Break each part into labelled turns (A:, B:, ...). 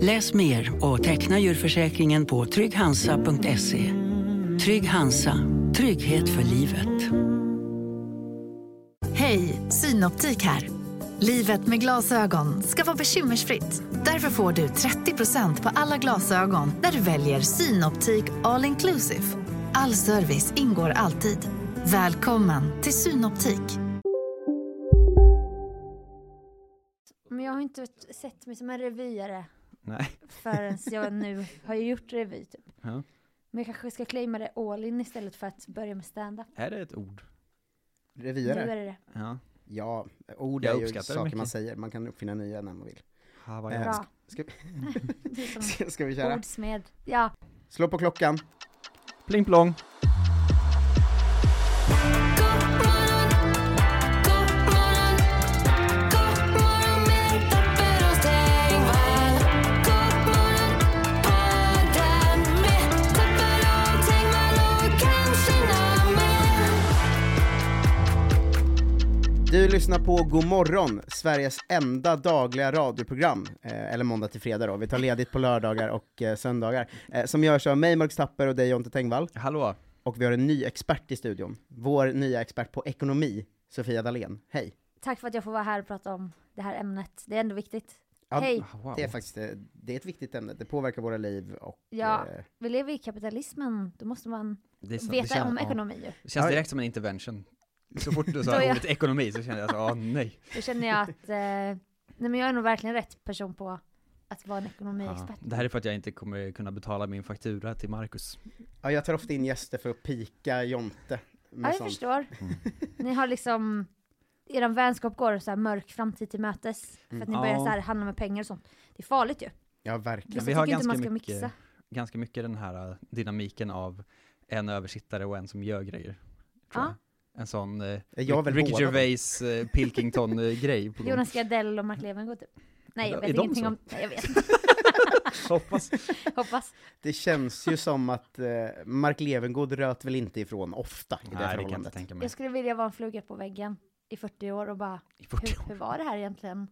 A: Läs mer och teckna djurförsäkringen på trygghansa.se. Trygg Hansa, trygghet för livet.
B: Hej, Synoptik här. Livet med glasögon ska vara bekymmersfritt. Därför får du 30% på alla glasögon när du väljer Synoptik All Inclusive. All service ingår alltid. Välkommen till Synoptik.
C: Men jag har inte sett mig som en revyare
D: Nej.
C: förrän jag nu har ju gjort revy typ.
D: Ja.
C: Men jag kanske ska claima det all in istället för att börja med stand-up.
D: Är det ett ord?
C: Nu
E: Revyare?
C: är det det.
D: Ja.
E: Ja, ord
D: Jag
E: är ju
D: uppskattar det
E: saker man
D: mycket.
E: säger, man kan uppfinna nya när man vill.
D: Hawaii.
C: Bra.
E: Ska
C: Det är som
E: vi, ska vi köra?
C: ordsmed. Ja.
E: Slå på klockan.
D: Pling plong.
E: Du lyssnar på God morgon, Sveriges enda dagliga radioprogram, eh, eller måndag till fredag då, vi tar ledigt på lördagar och eh, söndagar, eh, som görs av mig, Marcus Tapper och dig Jonte Tengvall,
D: Hallå.
E: och vi har en ny expert i studion, vår nya expert på ekonomi, Sofia Dalén. Hej!
C: Tack för att jag får vara här och prata om det här ämnet. Det är ändå viktigt.
E: Ja,
C: Hej!
D: Ah, Wow.
E: Det är faktiskt eh, det är ett viktigt ämne, det påverkar våra liv och...
C: Ja.
E: eh,
C: Vi lever i kapitalismen, då måste man
D: Det är så- det
C: veta
D: känns-
C: om
D: ja.
C: ekonomi ju.
D: Det känns direkt som en intervention. Så fort du sa
C: Då jag-
D: ordet ekonomi så kände jag så, åh nej.
C: Då känner jag att, eh, nej men jag är nog verkligen rätt person på att vara en ekonomiexpert.
D: Det här är för att jag inte kommer kunna betala min faktura till Marcus.
E: ja, jag tar ofta in gäster för att pika Jonte.
C: Ja,
E: Med
C: jag
E: sånt.
C: förstår.
D: Mm.
C: Ni har liksom, er vänskap går så här mörk framtid till mötes. För att ni
D: Mm. Ja.
C: börjar så här handla med pengar och sånt. Det är farligt ju.
E: Ja, verkligen.
C: Vissa
D: vi har
C: tycker inte man
D: ganska
C: ska
D: mycket-
C: mixa.
D: Ganska mycket den här eh, dynamiken av en översittare och en som gör grejer.
C: Ja.
D: tror jag. En sån eh,
E: Är jag väl
D: Ricky
E: båda då?
D: Gervais eh, Pilkington-grej på gång.
C: Jonas Gardell och Mark Levengood typ. Nej,
D: Är
C: jag
D: de-
C: vet
D: är de
C: ingenting
D: så?
C: om, nej jag vet inte.
D: Hoppas.
C: Hoppas.
E: Det känns ju som att eh, Mark Levengood röt väl inte ifrån ofta i det
D: Nej, det kan jag inte
E: förhållandet.
D: tänka mig.
C: Jag skulle vilja vara en fluga på väggen i 40 år och bara,
D: I 40
C: hur, hur var det här egentligen?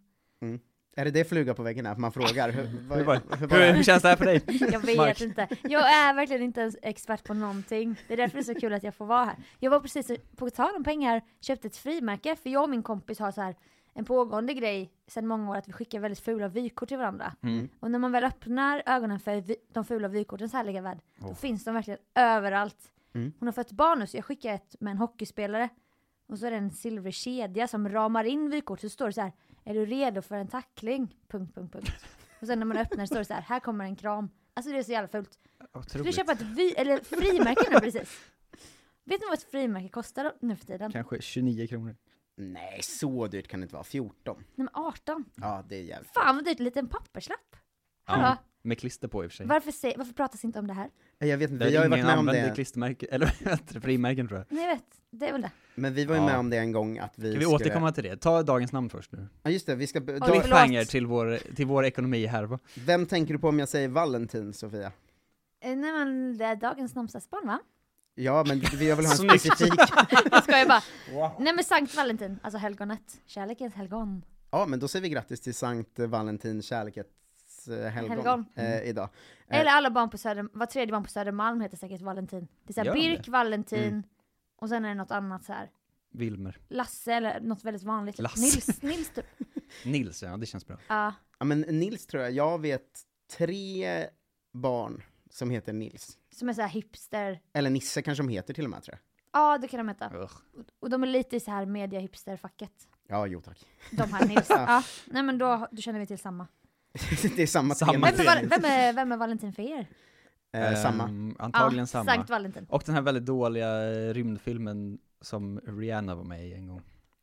E: Är det det fluga på väggen är? Att man frågar hur,
D: Hur,
E: vad,
D: var,
E: hur, var
D: hur, hur
E: det?
D: känns det här för dig?
C: Jag vet
D: Mark.
C: inte. Jag är verkligen inte ens expert på någonting. Det är därför det är så kul att jag får vara här. Jag var precis, på tal om pengar, köpte ett frimärke. För jag och min kompis har så här en pågående grej sedan många år att vi skickar väldigt fula vykort till varandra. Och när man väl öppnar ögonen för vy- de fula vykortens härliga värld, då finns de verkligen överallt. Hon har fött barn nu, så jag skickar ett med en hockeyspelare. Och så är det en silvrig kedja som ramar in vykort, så står det så här, är du redo för en tackling? Punkt, punkt, punkt. Och sen när man öppnar står det så här, här kommer en kram. Alltså det är så jävla fult. Ska du
D: Otroligt.
C: köpa ett vy- eller frimärke nu precis? Vet ni vad ett frimärke kostar nu för tiden? Nej
D: Kanske 29 kronor.
E: Nej, så dyrt kan det inte vara. 14.
C: men 18.
E: Ja, det är jävligt.
C: Fan vad dyrt, en liten papperslapp. Hallå,
D: Med klister på i och för sig.
C: varför, se- varför pratas inte om det här?
E: Jag vet inte,
D: Där
E: vi har ju varit
D: ingen
E: med om
D: använder
E: det.
D: klistermärken, eller vad heter det, frimärken tror jag.
C: Ni vet, det är väl det.
E: Men vi var ju med
D: Ja.
E: om det en gång att vi
D: Ska vi återkomma till det? Ta dagens namn först nu.
E: Ja, just det, vi ska... be-
C: Oj,
E: Dag...
C: förlåt.
D: Cliffhanger till vår, till vår ekonomi här va?
E: Vem tänker du på om jag säger Valentin, Sofia?
C: Eh, Nej men det är dagens namnsdagsbarn va?
E: Ja, men vi har väl ha en
D: Snyggt.
E: specifik...
C: Jag skojar bara. Nej men Sankt Valentin, alltså helgonet. Kärlekens helgon.
E: Ja, men då säger vi grattis till Sankt Valentin, kärlekets eh, helgon,
C: Helgon. Mm.
E: Eh, idag. Eh.
C: Eller alla barn på Södermalm, var tredje barn på Södermalm heter säkert Valentin. Det är såhär
D: Gör de Mm.
C: Birk, Valentin, och sen är det något annat så här.
D: Wilmer.
C: Lasse eller något väldigt vanligt. typ.
D: Lasse.
C: Nils, Nils typ.
D: Nils, ja det känns bra.
C: Ja.
E: Ja, men Nils tror jag, jag vet tre barn som heter Nils.
C: Som är så här hipster.
E: Eller Nisse kanske de heter till och med tror jag.
C: Ja, det kan de heta.
D: Ugh.
C: Och de är lite i så här media-hipster-facket.
E: Ja, jo tack.
C: De här Nils. ja. Nej men då, då känner vi till samma.
E: det är samma
D: Samma
E: tema.
C: Vem är,
D: Tre
C: Val-
D: Nils.
C: vem är, vem är Valentin för er?
E: Eh, samma.
D: Ehm, antagligen
C: Ja,
D: samma.
C: Sankt Valentin.
D: Och den här väldigt dåliga eh, rymdfilmen som Rihanna var med i en gång.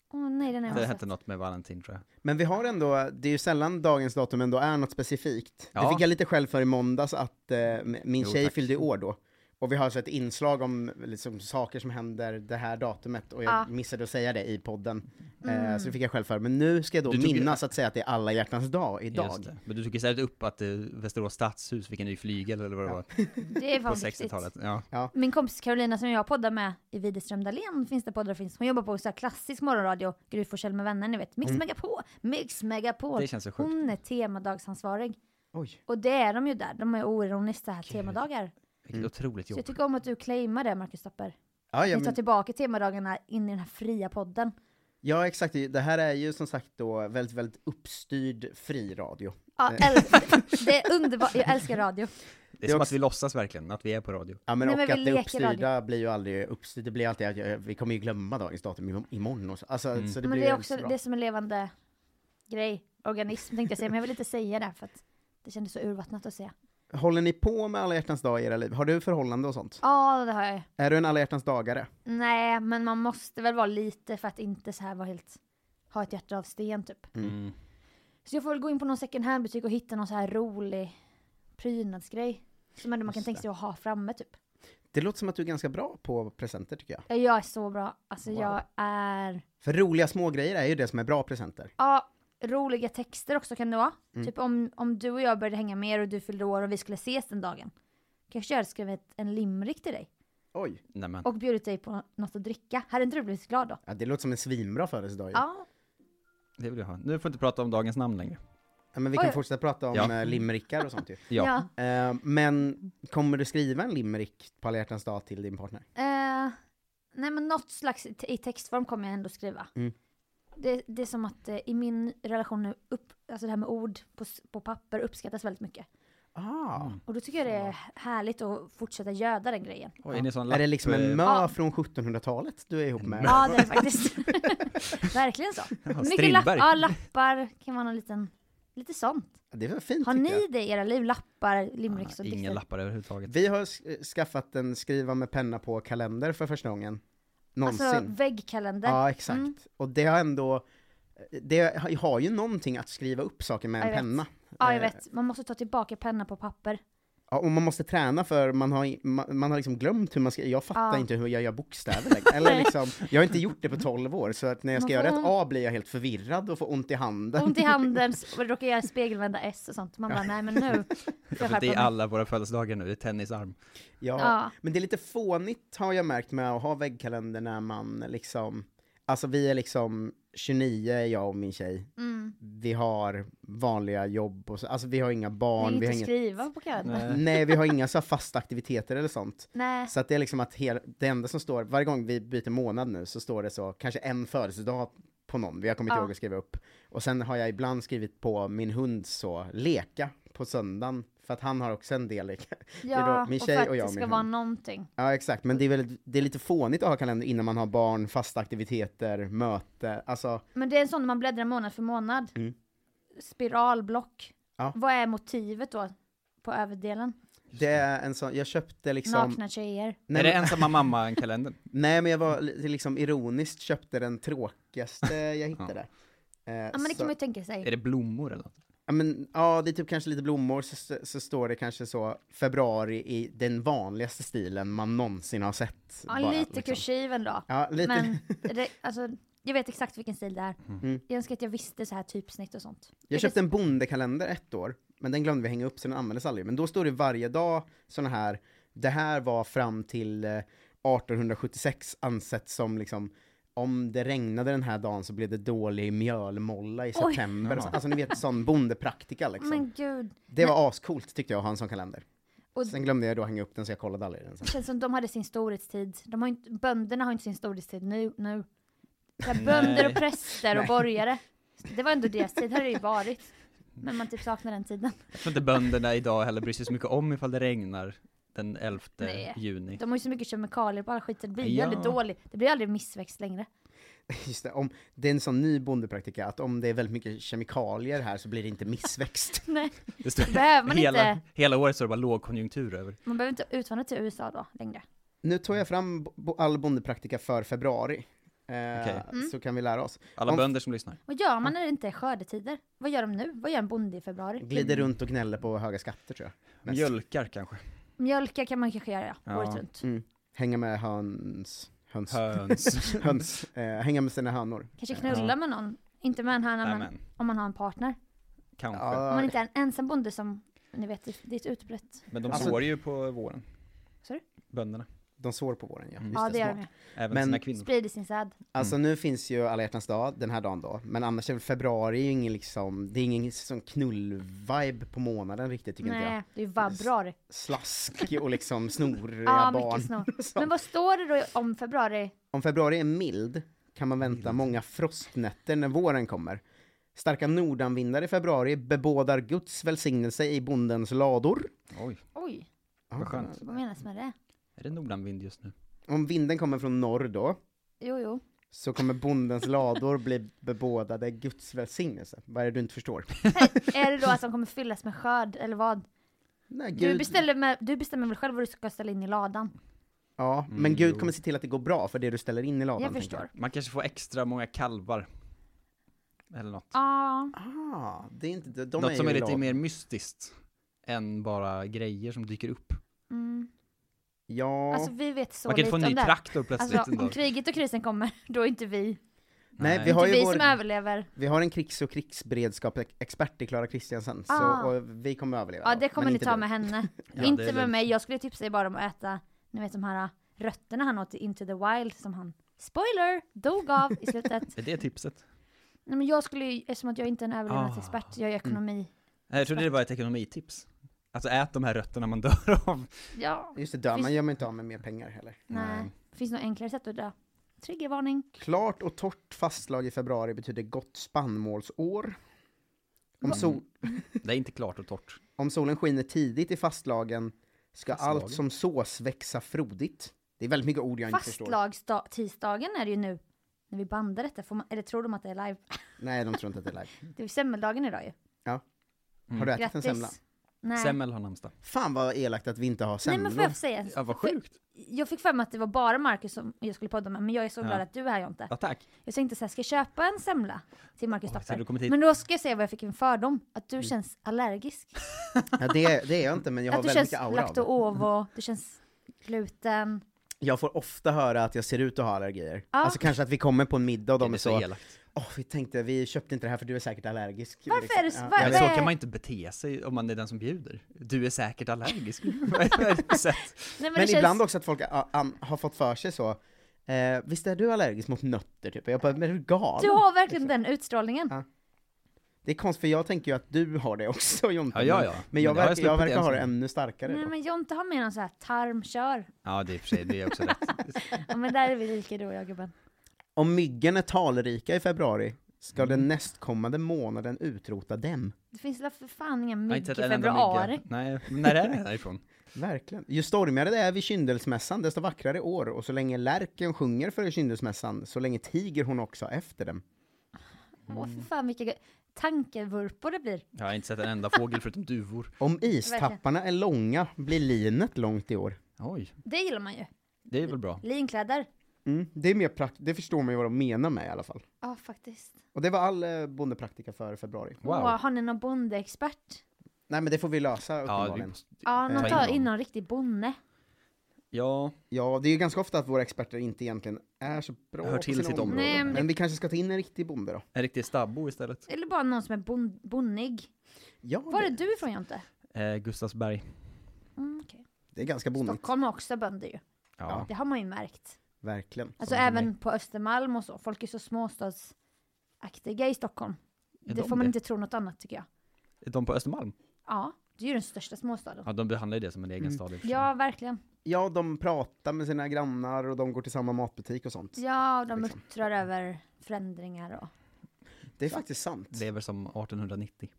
C: Åh nej, den är
D: Det
C: jag
D: hette
C: hette...
D: något med Valentin tror jag.
E: Men vi har ändå, det är ju sällan dagens datum ändå är något specifikt. Det
D: Ja.
E: fick jag lite skäll för i måndags att eh, min
D: Jo,
E: tjej
D: tack.
E: fyllde i år då. Och vi har så ett inslag om liksom, saker som händer det här datumet, och jag
C: Ja.
E: missade att säga det i podden. Eh, så det fick jag själv för Men nu ska jag då
D: Du tog-
E: minnas att säga att det är alla hjärtans dag
D: Just
E: idag.
D: det. Men du tog istället upp att eh, Västerås stadshus fick en ny flygel eller vad det var
C: Det är fan
D: på
C: viktigt.
D: 60-talet. Ja.
C: Min kompis Carolina som jag poddar med i Widerström Dahlén finns det poddar finns. Hon jobbar på så här klassisk morgonradio, Gry Forssell med vänner ni vet. Mix Megapol, Mix Megapol.
D: Det känns så sjukt.
C: Hon är temadagsansvarig.
E: Oj.
C: Och det är de ju där, de är oironiskt så här temadagar.
E: Mm.
D: Vilket otroligt
C: Så jag
D: jobb.
C: tycker om att du claimar det Marcus Stopper.
E: Ja, ja,
C: Vi tar
E: men,
C: tillbaka temadagarna in i den här fria podden.
E: ja, exakt. Det här är ju som sagt då väldigt, väldigt uppstyrd fri radio.
C: Ja,
E: Eh.
C: äl- det- det är underbart, jag älskar radio.
D: Det är som
E: också-
D: att vi låtsas verkligen att vi är på radio.
E: Ja, men
C: Nej,
E: och
C: men vi
E: att det
C: leker
E: uppstyrda blir ju aldrig uppstyrt. Det blir alltid att jag, vi kommer ju glömma dagens datum im- imorgon. Och så. Alltså, så det
C: men
E: blir
C: det är
E: ju
C: också
E: så bra.
C: det som en levande grej, organism tänkte jag säga, men jag vill inte säga det för att det kändes så urvattnat att säga.
E: Håller ni på med alla hjärtans dag i era liv? Har du förhållande och sånt?
C: Ja, det har jag ju.
E: Är du en alla hjärtans dagare?
C: Nej, men man måste väl vara lite för att inte så här vara helt, ha ett hjärta av sten typ.
D: Mm.
C: Så jag får väl gå in på någon second hand butik och hitta någon så här rolig prydnadsgrej. Som ändå man kan
E: Just
C: tänka sig att ha framme typ.
E: Det låter som att du är ganska bra på presenter tycker jag.
C: Ja, Jag är så bra, alltså
E: Wow.
C: jag är...
E: För roliga smågrejer är ju det som är bra presenter.
C: Ja, roliga texter också kan det vara. Typ om, om du och jag började hänga mer och du fyllde år och vi skulle ses den dagen. Kanske jag hade skrivit en limrik till dig.
E: Oj.
D: Nej, men.
C: Och bjudit dig på något att dricka. Hade inte du blivit så glad då?
E: Ja, det låter som en svinbra födelsedag ju. Ja.
C: Ja,
D: Det vill jag ha. Nu får vi inte prata om dagens namn längre.
E: men vi kan
C: Oj.
E: fortsätta prata om
D: Ja.
E: ja. limerickar och sånt ju.
C: ja.
D: Ja.
E: Eh, men kommer du skriva en limerick på alla hjärtans dag till din partner?
C: Eh, nej men något slags i- i textform kommer jag ändå skriva.
E: Mm.
C: Det, det är som att eh, i min relation nu, upp, alltså det här med ord på, s- på papper uppskattas väldigt mycket.
E: Ah.
C: Och då tycker jag det är härligt att fortsätta göda den grejen.
D: Oj, är, ni sån
E: Är
D: lapp,
E: det liksom en
D: eh,
E: mö
C: Ja.
E: från 1700-talet du är ihop med?
C: Ja det är det faktiskt. Verkligen så. Mycket lapp,
D: Strindberg.
C: ja, lappar, kan vara någon liten, lite sånt.
E: Det var fint
C: Har
E: tycker
C: ni
E: jag.
C: det i era liv? Lappar, limericks
D: Ah,
C: och
D: Inga
C: dikter?
D: lappar överhuvudtaget.
E: Vi har sk- skaffat en skriva med penna på kalender för första gången. Någonsin.
C: Alltså väggkalender.
E: Ja, exakt.
C: Mm.
E: Och det har ändå, eh, det har- har ju någonting att skriva upp saker med
C: Ja,
E: en
C: jag vet.
E: penna.
C: ja jag
E: Eh,
C: vet, man måste ta tillbaka penna på papper.
E: Ja, och man måste träna för man har, i- man, man har liksom glömt hur man ska, jag fattar
C: Ja.
E: inte hur jag gör bokstäver längre. Eller liksom, jag har inte gjort det på 12 år, så att när jag
C: Man
E: ska göra
C: får
E: ett A blir jag helt förvirrad och får ont i handen.
C: Ont i handen, och råkar göra spegelvända S och sånt. Man bara, nej men nu ska jag
D: Ja, för
C: skärpa
D: det är
C: mig.
D: alla våra födelsedagar nu, det är tennisarm.
E: Ja.
C: Ja.
E: Men det är lite fånigt har jag märkt med att ha väggkalender när man liksom, alltså vi är liksom 29, jag och min tjej.
C: Mm.
E: Vi har vanliga jobb och så, alltså vi har inga
C: Det är
E: barn, vi
C: inget
E: har
C: att
E: inga
C: skriva på kalendern.
D: Nej.
E: Nej, vi har inga så här fasta aktiviteter eller sånt.
C: Nej.
E: Så att det är liksom att hel, det enda som står, varje gång vi byter månad nu så står det så, kanske en födelsedag på någon, vi har kommit
C: Ja.
E: ihåg att skriva upp. Och sen har jag ibland skrivit på min hund så, leka på söndagen, för att han har också en del leka.
C: Ja,
E: då min
C: och
E: tjej
C: för att
E: och
C: det
E: jag och
C: ska
E: min
C: vara
E: hund.
C: någonting.
E: Ja exakt, men det är, väl, det är lite fånigt att ha kalender innan man har barn, fasta aktiviteter, möte, alltså
C: Men det är en sån man bläddrar månad för månad.
E: Mm.
C: Spiralblock.
E: Ja.
C: Vad är motivet då? På överdelen?
E: det är en sån, jag köpte liksom
C: Nakna tjejer.
D: är
E: nej,
D: det
E: men,
D: ensamma mamma en kalender?
E: nej men jag var li- liksom ironiskt köpte den tråkigaste jag hittade.
C: Ja
E: Eh,
C: men det
E: så-
C: kan man ju tänka sig.
D: Är det blommor eller något?
E: Ja, men, ja, det är typ kanske lite blommor, så, så står det kanske så februari i den vanligaste stilen man någonsin har sett.
C: Ja,
E: bara,
C: lite
E: liksom.
C: kursiv ändå.
E: Ja, lite.
C: Men det, alltså, jag vet exakt vilken stil det är.
E: Mm.
C: Jag önskar att jag visste så här typsnitt och sånt.
E: jag köpte en bondekalender ett år, men den glömde vi hänga upp så den användes aldrig. Men då står det varje dag såna här, det här var fram till eh, 1876 ansett som liksom om det regnade den här dagen så blev det dålig mjölmolla i
C: Oj.
E: september.
D: Ja.
E: Alltså ni vet sån bondepraktika liksom.
C: Men gud.
E: det var ascoolt tyckte jag att ha en sån kalender.
C: Och
E: Sen glömde jag då hänga upp den så jag kollade aldrig den sen.
C: Det känns som de hade sin storhetstid. De har ju inte, bönderna har ju inte sin storhetstid nu. nu. Så här, bönder och
D: Nej.
C: präster och borgare. Det var ändå deras tid, det har det ju varit. Men man typ saknar den tiden.
D: Jag tror inte bönderna idag heller bryr sig så mycket om ifall det regnar den 11
C: Nej.
D: juni.
C: De har ju så mycket kemikalier på alla skiten, det blir ju
D: Ja.
C: aldrig dåligt. Det blir aldrig missväxt längre.
E: Just det, om, det är en sån ny bondepraktika, att om det är väldigt mycket kemikalier här så blir det inte missväxt.
C: Nej,
D: Det står,
C: det behöver man
D: hela,
C: inte.
D: hela året står det bara lågkonjunktur över.
C: Man behöver inte utvandra till USA då längre.
E: nu tog jag fram bo- bo- all bondepraktika för februari. Eh,
D: Okej.
C: Mm.
E: Så kan vi lära oss.
D: Alla
E: Om-
D: bönder som lyssnar.
C: Vad gör man när det inte är skördetider? Vad gör de nu? Vad gör en bonde i februari?
E: Glider runt och gnäller på höga skatter tror jag. Mest.
D: Mjölkar kanske.
C: Mjölka kan man kanske göra, ja.
D: Ja.
C: året runt.
E: Mm. Hänga med höns. Höns.
D: Höns.
E: höns. Eh, hänga med sina hönor.
C: Kanske knulla
D: Ja.
C: med någon. Inte med en
D: Nej
C: höna, men
D: men,
C: om man har en partner.
D: kanske.
C: Om man
E: Ja,
C: inte är en ensam bonde som, ni vet, det- det är ett utbrett.
D: Men de
E: Alltså-
D: sår ju på våren.
C: Sår du?
D: Bönderna.
E: de sår på våren ja.
D: Mm.
E: Just
C: Ja, det gör
E: smart.
C: de.
D: Även
E: Men-
D: sina kvinnor.
C: Sprider sin säd.
E: Alltså nu finns ju alla hjärtans dag, den här dagen då, men annars är väl februari ju ingen liksom, det är ingen sån knull-vibe på månaden riktigt tycker inte jag.
C: Nej, det är ju vabrar.
E: Slask och liksom snoriga
C: Ja,
E: barn.
C: mycket snart.
E: och sånt.
C: Men vad står det då om februari?
E: Om februari är mild kan man vänta många frostnätter när våren kommer. Starka nordanvindar i februari bebådar Guds välsignelse i bondens lador.
D: Oj,
C: Oj,
D: vad skönt.
C: vad menas med det?
D: Är det nordanvind just nu?
E: Ah. Om vinden kommer från norr då,
C: Jo, jo.
E: så kommer bondens lador bli bebådade Guds välsignelse. Vad är det du inte förstår?
C: Är det då att de kommer fyllas med skörd, eller vad?
E: Nej,
C: Du beställer, med, du bestämmer väl själv vad du ska ställa in i ladan?
E: Ja, men
D: Mm,
E: Gud
D: jo.
E: kommer se till att det går bra för det du ställer in i ladan.
C: Jag
E: tänker
C: förstår.
D: Man kanske får extra många kalvar. Eller något.
C: Ja,
E: Ah, det är inte, de, de
D: något som
E: ju
D: är
E: i
D: lite
E: ladan.
D: mer mystiskt. Än bara grejer som dyker upp.
C: mm.
E: Ja,
C: alltså vi vet så
D: Man kan inte
C: lite
D: få
C: om
D: en ny
C: det. här.
D: traktor plötsligt
C: Alltså om
D: ändå.
C: kriget och krisen kommer, då är inte vi.
E: nej,
D: Nej.
E: vi har
C: Inte
E: ju
C: vi
E: vår,
C: som överlever.
E: vi har en krigs och krigsberedskapsexpert i Klara Kristiansen,
C: Ah.
E: så och vi kommer överleva.
C: Ja, det
E: då, men
C: kommer ni
E: inte
C: ta
E: du.
C: med henne.
D: Ja, det
C: inte
D: är
C: med
D: lugnt.
C: mig, jag skulle tipsa er bara om att äta, ni vet de här äh, rötterna han åt i Into the Wild som han, spoiler, dog av i slutet.
D: Är det tipset?
C: Nej, men jag skulle ju, eftersom att jag inte är en överlevnadsexpert, jag är ekonomi.
D: Nej, Jag trodde det var ett ekonomitips. Alltså ät de här rötterna man dör av.
C: Ja,
E: Just det, dör
C: Finns-
E: man gör man inte av med mer pengar heller. Eh,
C: nej. Finns något enklare sätt att dö? Triggervarning.
E: Klart och torrt fastlag i februari betyder gott spannmålsår. Om, sol,
D: Det är inte klart och torrt.
E: om solen skiner tidigt i fastlagen ska
D: Fastlagen?
E: allt som sås växa frodigt. Det är väldigt mycket ord jag inte förstår.
C: Fastlagstisdagen är det ju nu. När vi bandar detta, får man, eller tror de att det är live?
E: Nej, de tror inte att det är live.
C: Det är ju semmeldagen idag ju.
E: Har du ätit en semla?
C: Grattis. Nej.
D: Semmel har namnsdag.
E: Fan vad elakt att vi inte har
C: Nej
E: semlor.
C: men får jag säga?
D: Ja, vad sjukt.
C: Jag fick för mig att det var bara Marcus som jag skulle podda med, men jag är så glad att du är här Jonte.
D: Ja, tack.
C: Jag tänkte såhär, ska jag köpa en semla till Marcus
D: Oj, så har du kommit
C: Tapper?
D: hit.
C: Men då ska jag säga vad jag fick en fördom, att du känns allergisk.
E: Ja, det, det är jag inte, men jag har
C: Att du
E: väldigt
C: känns
E: mycket aura av.
C: lakto-ovo, du känns gluten.
E: Jag får ofta höra att jag ser ut att ha allergier.
C: Ja.
E: Alltså kanske att vi kommer på en middag och de
D: Det
E: är
D: är så
E: så,
D: elakt.
E: åh vi tänkte, vi köpte inte det här för du är säkert allergisk.
C: Varför är det så-
E: Ja,
C: var-
E: jag
D: Men
E: vet.
D: så kan man inte bete sig om man är den som bjuder. Du är säkert allergisk. Vad är det för sätt?
C: Nej, men
E: Men
C: det
E: ibland
C: känns,
E: också att folk a- an- har fått för sig så, eh, visst är du allergisk mot nötter typ? Och jag bara, men är du galen?
C: du har verkligen den utstrålningen.
E: Ja. Det är konstigt för jag tänker ju att du har det också Jonte.
D: Ja, ja,
E: men-
D: ja.
E: Men jag
D: Men det har jag
E: verkar, jag
D: sluppit
E: verkar
D: än
E: ha
D: så
E: det
D: länge.
E: ännu starkare.
C: Nej
E: då.
C: men Jonte har mer någon sån här tarmkör.
D: Ja, det är i och för sig, det är också rätt.
C: Ja men där är vi lika du och jag gubben.
E: Om myggen är talrika i februari, ska
D: Mm.
E: den nästkommande månaden utrota dem.
C: Det finns väl för fan ingen
D: Jag har
C: mygg
D: inte
C: i
D: sett en enda mygga.
C: februari.
D: Nej, men när är det därifrån?
E: Verkligen. Ju stormigare det är vid kyndelsmässan, desto vackrare år. Och så länge lärken sjunger före kyndelsmässan, så länge tiger hon också efter dem.
C: Åh för fan vilka gö- tankevurpor det blir.
D: Jag har inte sett en enda fågel förutom duvor.
E: Om istapparna är långa blir linet långt i år.
D: Oj,
C: Det gillar man ju.
D: det är väl bra.
C: Linkläder.
E: Mm, det är mer prakt- det förstår man ju vad de menar med i alla fall.
C: Ja faktiskt.
E: Och det var all eh, bondepraktika före februari.
D: Wow.
C: Åh, har ni någon bondeexpert?
E: Nej men det får vi lösa
D: Ja, vi
E: uppenbarligen.
D: måste,
C: Ja någon
D: Eh,
C: tar
D: någon.
C: in någon riktig bonde.
D: ja,
E: Ja, det är ju ganska ofta att våra experter inte egentligen är så bra
D: Hör
E: på
D: till
E: sina
D: sitt
E: områden.
D: område.
C: Nej, men
E: men... vi kanske ska ta in en riktig bonde då?
D: en riktig stabbo istället.
C: Eller bara någon som är bon- bonnig.
E: Ja,
C: Var är
E: det,
C: du ifrån Jonte?
D: Eh, Gustavsberg.
C: Mm, okej.
E: det är ganska bondigt.
C: Stockholm har också bönder ju.
D: Ja.
C: Det har man ju märkt.
E: Verkligen.
C: Alltså
D: Som
C: även på Östermalm och så. Folk är så småstadsaktiga i Stockholm.
D: Är
C: det
D: de
C: får man
D: det?
C: inte tro något annat tycker jag.
D: De på Östermalm?
C: Ja, det är ju den största småstaden.
D: Ja, de behandlar ju det som en egen stad. i och för sig.
C: Mm. Ja, verkligen.
E: Ja, de pratar med sina grannar och de går till samma matbutik och sånt.
C: Ja, och de
E: Liksom.
C: muttrar över förändringar och
E: Det är faktiskt sant.
D: Lever som 1890.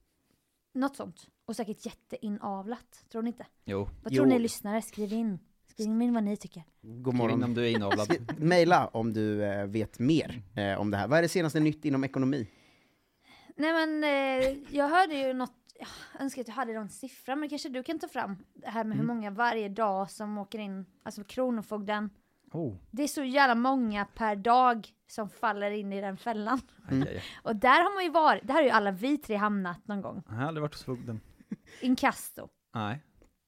C: något sånt. Och säkert jätteinavlat, tror ni inte?
D: Jo,
C: Vad
E: Jo.
C: tror ni lyssnare? Skriv in. Skriv in vad ni tycker.
E: God
D: skriv in
E: morgon.
D: om du är inavlad.
E: Maila om du eh, vet mer eh, om det här. Vad är det senaste nytt inom ekonomi?
C: Nej men, eh, jag hörde ju något, jag önskar att jag hade någon siffra, men kanske du kan ta fram det här med
E: Mm.
C: hur många varje dag som åker in, alltså Kronofogden.
D: Oh,
C: Det är så jävla många per dag som faller in i den fällan.
D: aj, aj, aj.
C: Och där har man ju varit, där har ju alla vi tre hamnat någon gång.
D: Jag har aldrig varit hos fogden.
C: Inkasso.
D: Nej.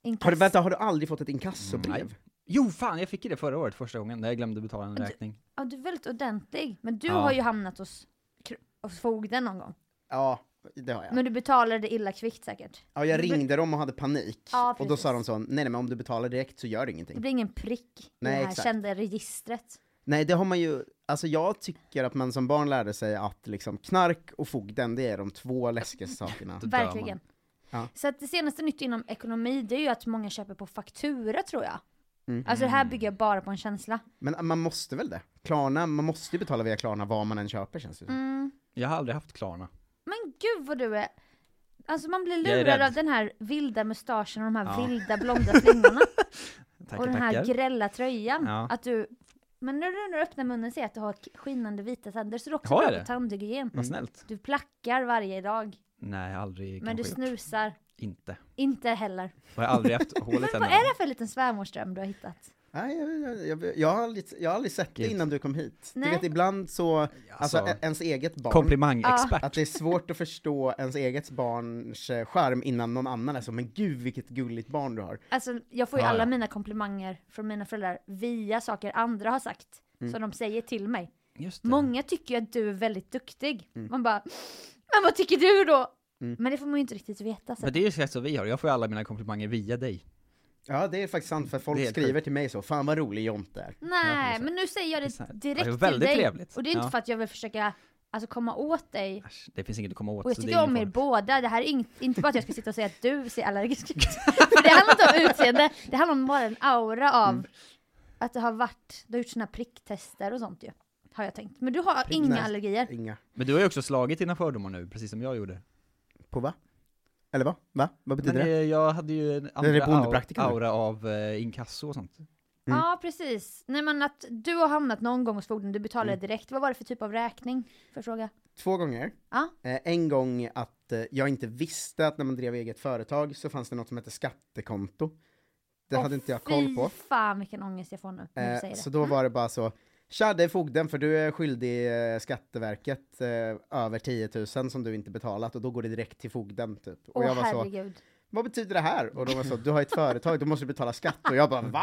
C: Inkass.
E: Har du, vänta, har du aldrig fått ett inkassobrev?
D: Mm, Nej. Jo, fan, jag fick ju det förra året första gången när jag glömde betala en räkning.
C: Ja, du är väldigt ordentlig. Men du
D: Ja.
C: har ju hamnat hos, kr- hos fogden någon gång.
E: Ja, det har jag.
C: Men du betalade det illa kvickt säkert.
E: Ja, jag ringde dem och hade panik.
C: Ja,
E: och då
C: precis.
E: sa de så, nej, nej men om du betalar direkt så gör det ingenting.
C: Det blir ingen prick i
E: Nej,
C: det här
E: exakt.
C: kända registret.
E: Nej, det har man ju, alltså jag tycker att man som barn lärde sig att liksom knark och fogden, det är de två läskigaste sakerna.
D: Då dör man.
C: Verkligen.
E: Ja.
C: Så att det senaste nytt inom ekonomi det är ju att många köper på faktura tror jag. Alltså det här
D: Mm.
C: bygger jag bara på en känsla.
E: Men man måste väl det? Klarna, man måste ju betala via Klarna vad man än köper känns det som.
D: Jag har aldrig haft Klarna.
C: Mm. Men gud vad du är... Alltså man blir
D: Jag är
C: lurad
D: rädd.
C: av den här vilda mustaschen och de här
D: Ja.
C: vilda blonda slingorna.
D: Tackar,
C: och den här
D: tackar.
C: grälla tröjan.
D: Ja.
C: Att du... Men när du nu öppnar munnen ser jag att du har k- skinande vita tänder så du är också
D: Har
C: bra på
D: jag det? Mm.
C: tandhygien.
D: Vad snällt.
C: Du plackar varje dag.
D: Nej, aldrig
C: Men du
D: kanske gjort.
C: snusar
D: Inte.
C: inte heller.
D: Och jag har aldrig haft hål i
C: Men vad
D: tänderna.
C: är det för liten svärmorsdröm du har hittat?
E: Nej, jag, jag, jag, jag, har aldrig, jag har aldrig sett det
D: Gud.
E: innan du kom hit.
C: Nej.
E: Du vet, ibland så, alltså,
D: Alltså,
E: ens eget barn,
D: Komplimangexpert.
E: att det är svårt att förstå ens eget barns eh, charm innan någon annan är så, men gud vilket gulligt barn du har.
C: Alltså jag får ju
D: Ja,
C: alla
D: ja.
C: mina komplimanger från mina föräldrar via saker andra har sagt.
D: Mm.
C: Som de säger till
D: Typ.
C: mig.
D: Just det.
C: Många tycker ju att du är väldigt duktig.
D: Mm.
C: Man bara, men vad tycker du då? Men det får man ju inte riktigt veta. Så.
D: Men det är ju så här som vi har, jag får ju alla mina komplimanger via dig.
E: Ja, det är faktiskt sant, för
D: Det är
E: folk
D: helt
E: skriver till mig så, fan vad rolig Jonte är.
C: Nej, men nu säger jag
D: Det är så
C: det
D: här-
C: direkt
D: Ja, det är
C: till
D: väldigt
C: dig.
D: trevligt.
C: Och det är inte
D: Ja.
C: för att jag vill försöka alltså, komma åt dig.
D: Äsch, det finns inget att komma åt.
C: Och jag
E: Alltså,
D: så det
C: tycker
D: är
C: om
D: ingen
C: er
D: fara.
C: båda. Det här är inget, inte bara att jag ska sitta och säga att du ser allergisk ut. För det handlar inte om utseende. Det handlar om bara en aura av
E: Mm.
C: att det har varit, du har gjort såna här pricktester och sånt ju. Har jag tänkt. Men du har inga
E: Nej.
C: allergier.
E: Inga.
D: Men du har ju också slagit dina fördomar nu, precis som jag gjorde.
E: På va? Eller va? Va? Vad
D: Men
E: betyder
D: eh,
E: det?
D: jag hade ju en andra
E: det bondepraktiken
D: au-
E: nu?
D: aura av eh, inkasso och sånt.
E: Mm.
C: Ja, precis. Nej men att du har hamnat någon gång hos fogden, du betalade
E: Mm.
C: direkt. Vad var det för typ av räkning? Får jag fråga?
E: Två gånger.
C: Ja.
E: Eh, en gång att eh, jag inte visste att när man drev eget företag så fanns det något som hette skattekonto. Det
C: Åh,
E: hade inte jag koll på.
C: Fy fan vilken ångest jag får nu när du
E: Eh,
C: säger det.
E: så då var det bara så, tja det är fogden för du är skyldig eh, Skatteverket eh, över 10 000 som du inte betalat och då går det direkt till fogden typ. Och
C: Åh
E: jag var så,
C: herregud.
E: vad betyder det här? Och de var så, du har ett företag, då måste du betala skatt. Och jag bara, va?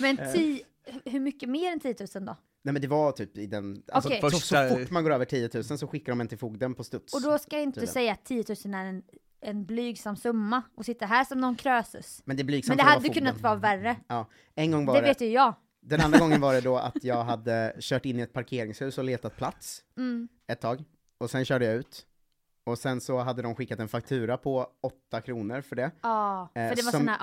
C: Men
E: Eh.
C: ti- hur mycket mer än 10 000 då?
E: Nej men det var typ i den, alltså,
C: Okej.
E: så, så
D: Första-
E: fort man går över 10 000 så skickar de en till fogden på studs.
C: Och då ska jag inte
E: Tydligen.
C: säga att 10 000 är en, en blygsam summa och sitta här som någon krösus.
E: Men det är
C: Men
E: blygsamt
C: det
E: för att
C: hade
E: fogden.
C: kunnat vara värre.
E: Ja, en gång var
C: Det
E: det,
C: vet ju jag.
E: den andra gången var det då att jag hade kört in i ett parkeringshus och letat plats
C: Mm.
E: ett tag, och sen körde jag ut. Och sen så hade de skickat en faktura på 8 kronor för det.
C: Ja, för
E: Eh,
C: det var
E: som-
C: sån här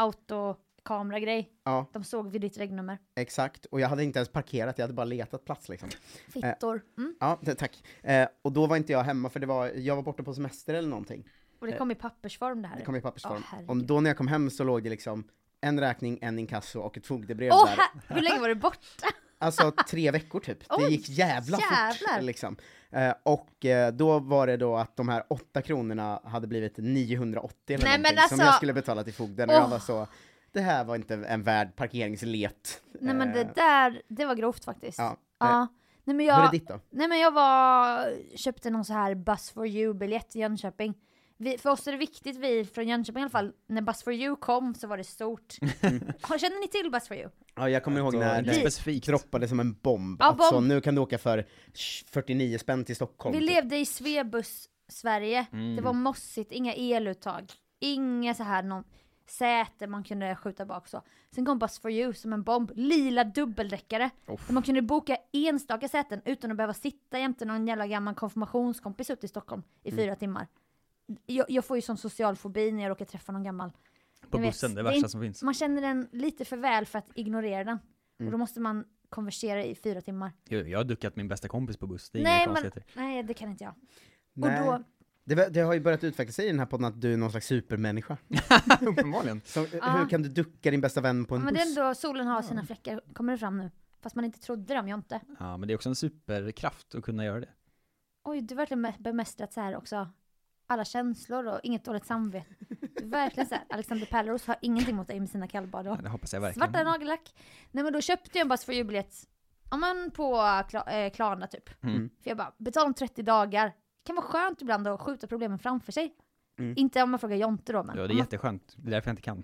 C: autokameragrej.
E: Ja,
C: De såg vid ditt regnummer.
E: exakt. Och jag hade inte ens parkerat, jag hade bara letat plats liksom.
C: Fittor. Mm.
E: Ja, t- tack. Eh, och då var inte jag hemma för det var, jag var borta på semester eller någonting.
C: Och det kom i pappersform det här.
E: Det kom i pappersform.
C: Åh, herregud.
E: Om då när jag kom hem så låg det liksom en räkning, en inkasso och ett fogdebrev
C: Åh,
E: där.
C: her- hur länge var du borta?
E: Alltså tre veckor typ. det
C: Oj,
E: gick jävla
C: jävlar.
E: fort. Liksom. Eh, och eh, då var det då att de här åtta kronorna hade blivit 980 eller
C: Nej, men
E: någonting som
C: alltså-
E: jag skulle betala till fogden. Och
C: Åh.
E: jag var så, det här var inte en värd parkeringslet.
C: Nej men det
E: Eh,
C: där, det var grovt faktiskt.
E: Ja. Eh,
C: Ja. Nej men
E: Hur är
C: jag,
E: ditt då?
C: Nej men jag var, köpte någon så här Bus for you-biljett i Jönköping. Vi, för oss är det viktigt, vi från Jönköping i alla fall, när Bus for you kom så var det stort. Har- Känner ni till Bus for you?
E: Ja, jag kommer ihåg
D: Så
E: när
D: inte
E: det
D: specifikt.
E: droppade som en bomb.
C: Ja,
E: att så,
C: bomb.
E: nu kan du åka för 49 spänn till Stockholm.
C: Vi
E: typ.
C: levde i Svebus Sverige.
D: Mm.
C: Det var mossigt, inga eluttag, inga så här någon säte man kunde skjuta bak så. Sen kom Bus for you som en bomb, lila dubbeldäckare. Där man kunde boka enstaka säten utan att behöva sitta jämte någon jävla gammal konfirmationskompis upp till Stockholm i
D: Mm.
C: fyra timmar. Jag, jag får ju sån social fobi när jag råkar träffa någon gammal.
D: På
C: Ni vet,
D: bussen, det
C: är
D: värsta
C: inte-
D: som finns. Mm.
C: Man känner den lite för väl för att ignorera den. Och då måste man konversera i fyra timmar.
D: Jag, jag har duckat min bästa kompis på buss, det är inga
C: Nej, men,
D: konstigheter.
C: nej, det kan inte jag.
E: Nej.
C: Och då,
E: det, var- det har ju börjat utveckla sig i den här podden att du är någon slags supermänniska.
D: Uppenbarligen.
E: Så, eh,
C: Ah.
E: Hur kan du ducka din bästa vän på en
C: men det är
E: buss?
C: ändå, solen har sina fläckar, kommer det fram nu? Fast man inte trodde dem, jag inte.
D: Ja, men det är också en superkraft att kunna göra det.
C: Oj, du har verkligen me- bemästrat så här också. Alla känslor och inget dåligt samvete. Du är verkligen så här, Alexander Pärleros har ingenting mot dig med sina kallbad och
D: Ja, det hoppas jag verkligen.
C: svarta nagellack. Nej men då köpte jag en Buzz for you-biljett, ja men på Kla- eh, Klarna typ.
D: Mm.
C: För jag bara, betala om 30 dagar. Det kan vara skönt ibland att skjuta problemen framför sig. Inte om man frågar Jonte då men.
D: Mm. Ja,
C: om
D: det är
C: man-
D: jätteskönt. Det är därför jag inte kan.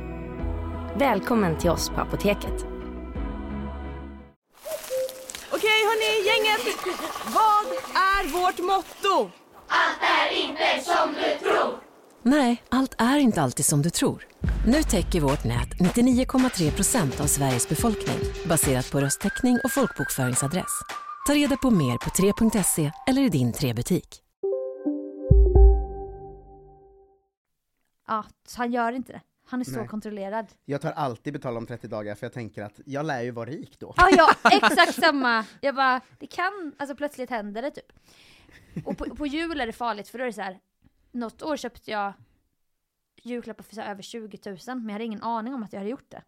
F: Välkommen till oss på Apoteket.
G: Okej hörni, gänget. Vad är vårt motto?
H: Nej, allt är inte alltid som du tror. Nu täcker vårt nät 99,3 procent av Sveriges befolkning baserat på röstteckning och folkbokföringsadress. Ta reda på mer på 3.se eller i din 3-butik.
C: Ja, så han gör inte det. Han är så
E: Nej.
C: kontrollerad.
E: Jag tar alltid betalt om 30 dagar för jag tänker att jag lär ju vara rik då.
C: Ja, ja, exakt samma. Jag bara, det kan, alltså plötsligt händer det typ. Och på, på jul är det farligt för då är det så här. något år köpte jag julklappar för så här över 20 000 men jag hade ingen aning om att jag hade gjort det.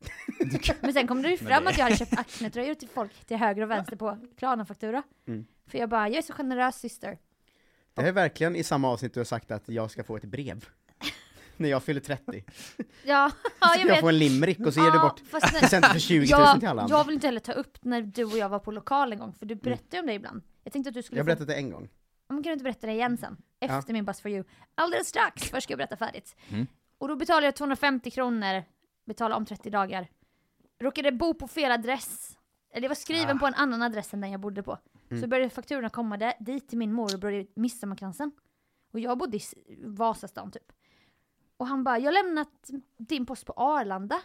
C: Men sen kom det ju fram att jag hade köpt Acne-tröjor till folk till höger och vänster på Klarna-faktura.
E: Mm.
C: För jag bara, jag är så generös syster.
E: Jag har verkligen i samma avsnitt du har sagt att jag ska få ett brev. När jag fyller 30.
C: Ja, ja jag
E: Jag
C: vet.
E: får en limerick och så ger du bort
C: fast när-
E: presenter för 20 000 till alla
C: jag, jag
E: andra. Mm.
C: vill inte heller ta upp när du och jag var på lokal en gång för du berättade ju om det ibland. Jag tänkte att du skulle
E: Jag har berättat det en gång.
C: Ja, men kan du inte berätta det igen sen? Efter
E: Ja.
C: min Buzz for you. Alldeles strax, först ska jag berätta färdigt. Och då betalade jag 250 kronor, betalade om 30 dagar. Råkade bo på fel adress. Eller jag var skriven på en annan adress än den jag bodde på. Så började fakturorna komma där, dit till min morbror i Midsommarkransen. Och jag bodde i S- Vasastan typ. Och han bara, jag har lämnat din post på Arlanda.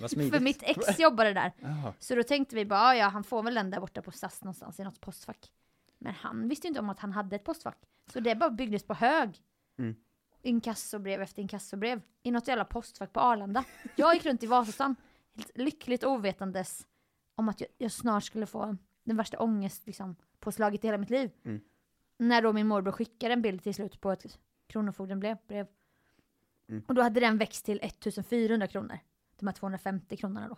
D: Vad
C: För
D: smidigt.
C: mitt ex jobbade där.
D: Jaha.
C: Så då tänkte vi bara, "Ah, ja han får väl den där borta på SAS någonstans i något postfack. Men han visste ju inte om att han hade ett postfack. Så det bara byggdes på hög.
E: Mm.
C: Inkassobrev efter inkassobrev. I något jävla postfack på Arlanda. Jag gick runt i Vasastan. Helt lyckligt ovetandes om att jag, jag snart skulle få den värsta ångest liksom, på slaget i hela mitt liv.
E: Mm.
C: När då min morbror skickade en bild till slut på ett kronofogden brev. brev.
E: Mm.
C: Och då hade den växt till 1400 kronor. De här 250 kronorna då.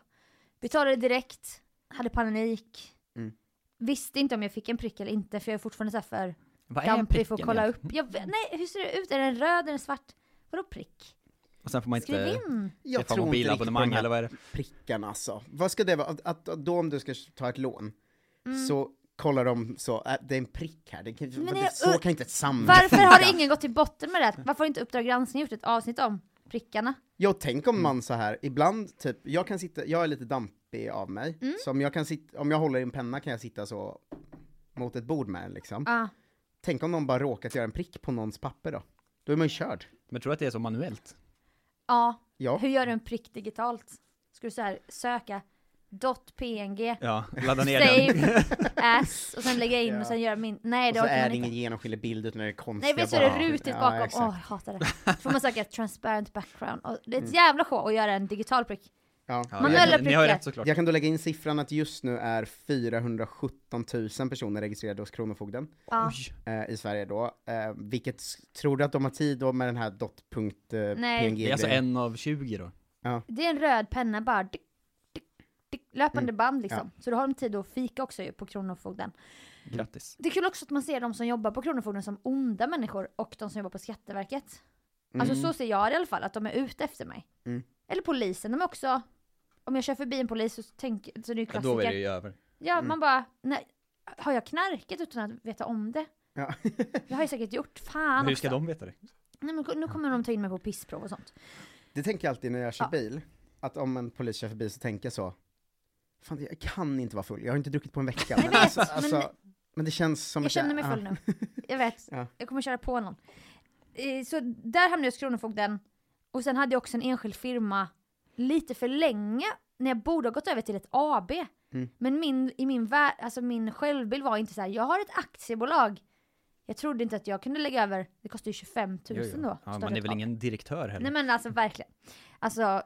C: Betalade direkt, hade panik.
E: Mm.
C: Visste inte om jag fick en prick eller inte för jag är fortfarande så här för
D: Vad är
C: dampig för att
D: pricken
C: kolla upp.
D: egentligen?
C: Jag, vet- nej, hur ser det ut? Är den röd, är den svart? Vadå prick?
D: Och sen får man
C: Skriv
D: inte
C: in!
E: Jag
D: skaffa
E: tror inte riktigt på de
D: mobilabonnemang eller
E: här
D: vad är det?
E: prickarna alltså. Vad ska det vara? Att, att, att då om du ska ta ett lån,
C: Mm.
E: så kollar de så, äh, det är en prick här, det kan,
C: Men
E: det,
C: jag-
E: så kan inte ett samhälle
C: Varför har
E: funka.
C: ingen gått till botten med det? här? Varför har inte Uppdrag granskning gjort ett avsnitt om prickarna?
E: Jag tänk
D: Mm.
E: om man så här, ibland typ, jag kan sitta, jag är lite dampig av mig,
C: Mm.
E: så om jag kan sitta, om jag håller i en penna kan jag sitta så mot ett bord med den liksom.
C: Ja.
E: Tänk om någon bara råkat göra en prick på någons papper då? Då är man ju körd.
D: Men tror du att det är så manuellt?
C: Ja.
E: Ja.
C: Hur gör du en prick digitalt? Ska du så här söka .png,
D: Ja, ladda ner den.
C: save as och sen lägga in och sen göra min... Nej
E: Och
C: det
E: så
C: orkar
E: är
C: man
E: det ingen
C: inte.
E: genomskinlig bild utan det är konstiga
C: Nej vet du, det är
E: bara-
C: rutigt
E: Ja,
C: bakom.
E: exakt.
C: Åh, jag hatar det. Då får man söka transparent background. Och det är ett jävla show att göra en digital prick.
E: Ja.
D: Ja,
C: Manuella
D: ni- Ni har ju
C: prickar.
D: rätt såklart.
E: Jag kan då lägga in siffran att just nu är 417 000 personer registrerade hos Kronofogden
C: Ja.
D: Oj.
E: eh, i Sverige då. Eh, vilket, s- tror du att de har tid då med den här dot.png? Eh,
C: Nej.
D: Det är alltså en av 20 då.
C: Det är en röd penna bara. Dick, dick, dick, löpande band liksom. Så då har de tid att fika också ju på Kronofogden.
D: Grattis.
C: Det är kul också att man ser de som jobbar på Kronofogden som onda människor och de som jobbar på Skatteverket. Alltså så ser jag det i alla fall, att de är ute efter mig.
E: Mm.
C: Eller polisen, de är också... Om jag kör förbi en polis så tänker... Så det är ju
D: Ja,
C: klassiker.
D: då är
C: Ja,
D: det ju över.
C: man bara... Nej, har jag knarket utan att veta om det?
E: Ja.
C: Jag har ju säkert gjort, fan
D: Men hur ska
C: också.
D: de veta det?
C: Nej, men nu kommer de ta in mig på pissprov och sånt.
E: Det tänker jag alltid när jag kör
C: Ja.
E: bil, att om en polis kör förbi så tänker jag så, fan jag kan inte vara full, jag har inte druckit på en vecka.
C: vet,
E: alltså,
C: men-
E: alltså, men det känns som
C: Jag
E: att
C: känner mig
E: ja.
C: full nu. Jag vet.
E: Ja.
C: Jag kommer köra på någon. Eh, Så där hamnade jag hos Kronofogden. Och sen hade jag också en enskild firma lite för länge när jag borde ha gått över till ett AB.
E: Mm.
C: Men min, i min, vär, alltså min självbild var inte så här, jag har ett aktiebolag. Jag trodde inte att jag kunde lägga över, det kostar ju 25 000
D: Jo, jo.
C: då. att
D: Ja,
C: starta
D: man är
C: ett
D: väl
C: AB.
D: ingen direktör
C: Nej
D: heller?
C: men alltså verkligen. Alltså,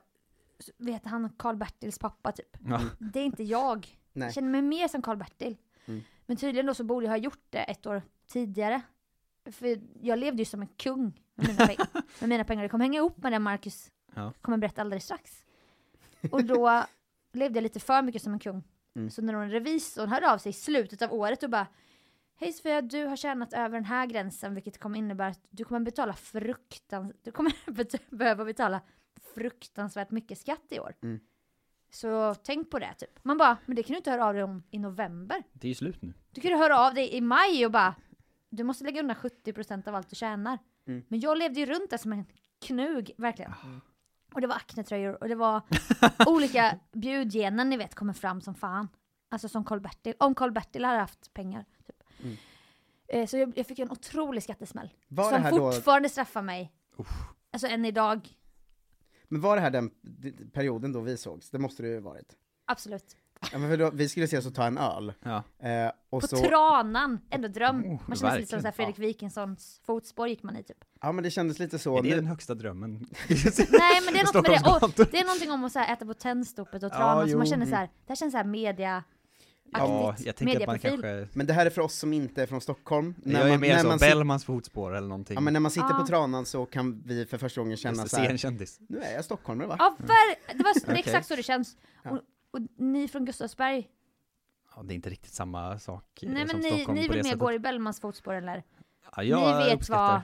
C: så- vet han Karl-Bertils pappa typ?
D: Ja.
E: Mm.
C: Det är inte jag.
E: Nej.
C: Jag känner mig mer som Karl-Bertil.
E: Mm.
C: Men tydligen då så borde jag ha gjort det ett år tidigare. För jag levde ju som en kung med mina, peng- med mina pengar. Det kommer hänga ihop med det Marcus
D: Ja.
C: kommer berätta alldeles strax. Och då levde jag lite för mycket som en kung.
E: Mm.
C: Så när hon revisorn hörde av sig i slutet av året och bara Hej Sofia, du har tjänat över den här gränsen vilket kommer innebära att du kommer betala fruktan... Du kommer bet- behöva betala fruktansvärt mycket skatt i år.
E: Mm.
C: Så tänk på det typ. Man bara, men det kan du inte höra av dig om i november.
D: Det är ju slut nu.
C: Du kan ju höra av dig i maj och bara Du måste lägga undan 70% av allt du tjänar.
E: Mm. Ah.
C: Men jag levde ju runt det som en knug, verkligen. Och det var aknetröjor och det var olika bjudgener ni vet kommer fram som fan. Alltså som Karl-Bertil, om Karl-Bertil hade haft pengar. Typ.
E: Mm.
C: Eh, Så jag, jag fick ju en otrolig skattesmäll.
E: Var det
C: som
E: här då-
C: fortfarande straffar mig. Alltså än idag,
E: Men var det här den d- perioden då vi sågs? Det måste det ju varit.
C: absolut.
E: Ja, men för då, vi skulle ses och ta en öl.
D: Ja.
E: Eh, och
C: På
E: så,
C: Tranan, ändå dröm.
D: Oh,
C: man känner sig lite som
D: verkligen.
C: så här Fredrik Wikingssons fotspår gick man i typ.
E: ja men det kändes lite så.
D: Är det
E: nu-
D: den högsta drömmen?
C: Nej men det är något med det,
D: Stockholmsgator.
C: och det är någonting om att så här, äta på Tennstopet och Tranan, så
D: jo.
C: man känner så här, det här känns så här media
D: Ja,
C: aktigt,
D: jag tänker att man
C: mediaprofil.
D: kanske...
E: Men det här är för oss som inte är från Stockholm.
D: jag är mer
E: när
D: så,
E: man sit-
D: Bellmans fotspår eller någonting.
E: Ja men när man sitter
C: Ah.
E: på Tranan så kan vi för första gången
D: Just
E: känna
D: det,
E: så
D: se en
E: här,
D: kändis.
E: nu är jag stockholmare va?
C: Ja, ver- det, var, det är
D: Mm. Okej.
C: exakt så det känns. Och, och ni från Gustavsberg,
D: Ja, det är inte riktigt samma sak eh,
C: nej men
D: som
C: ni,
D: Stockholm
C: ni
D: på
C: vill
D: det
C: mer
D: sättet.
C: gå i Bellmans fotspår eller?
D: ja, jag
C: ni vet
D: uppskattar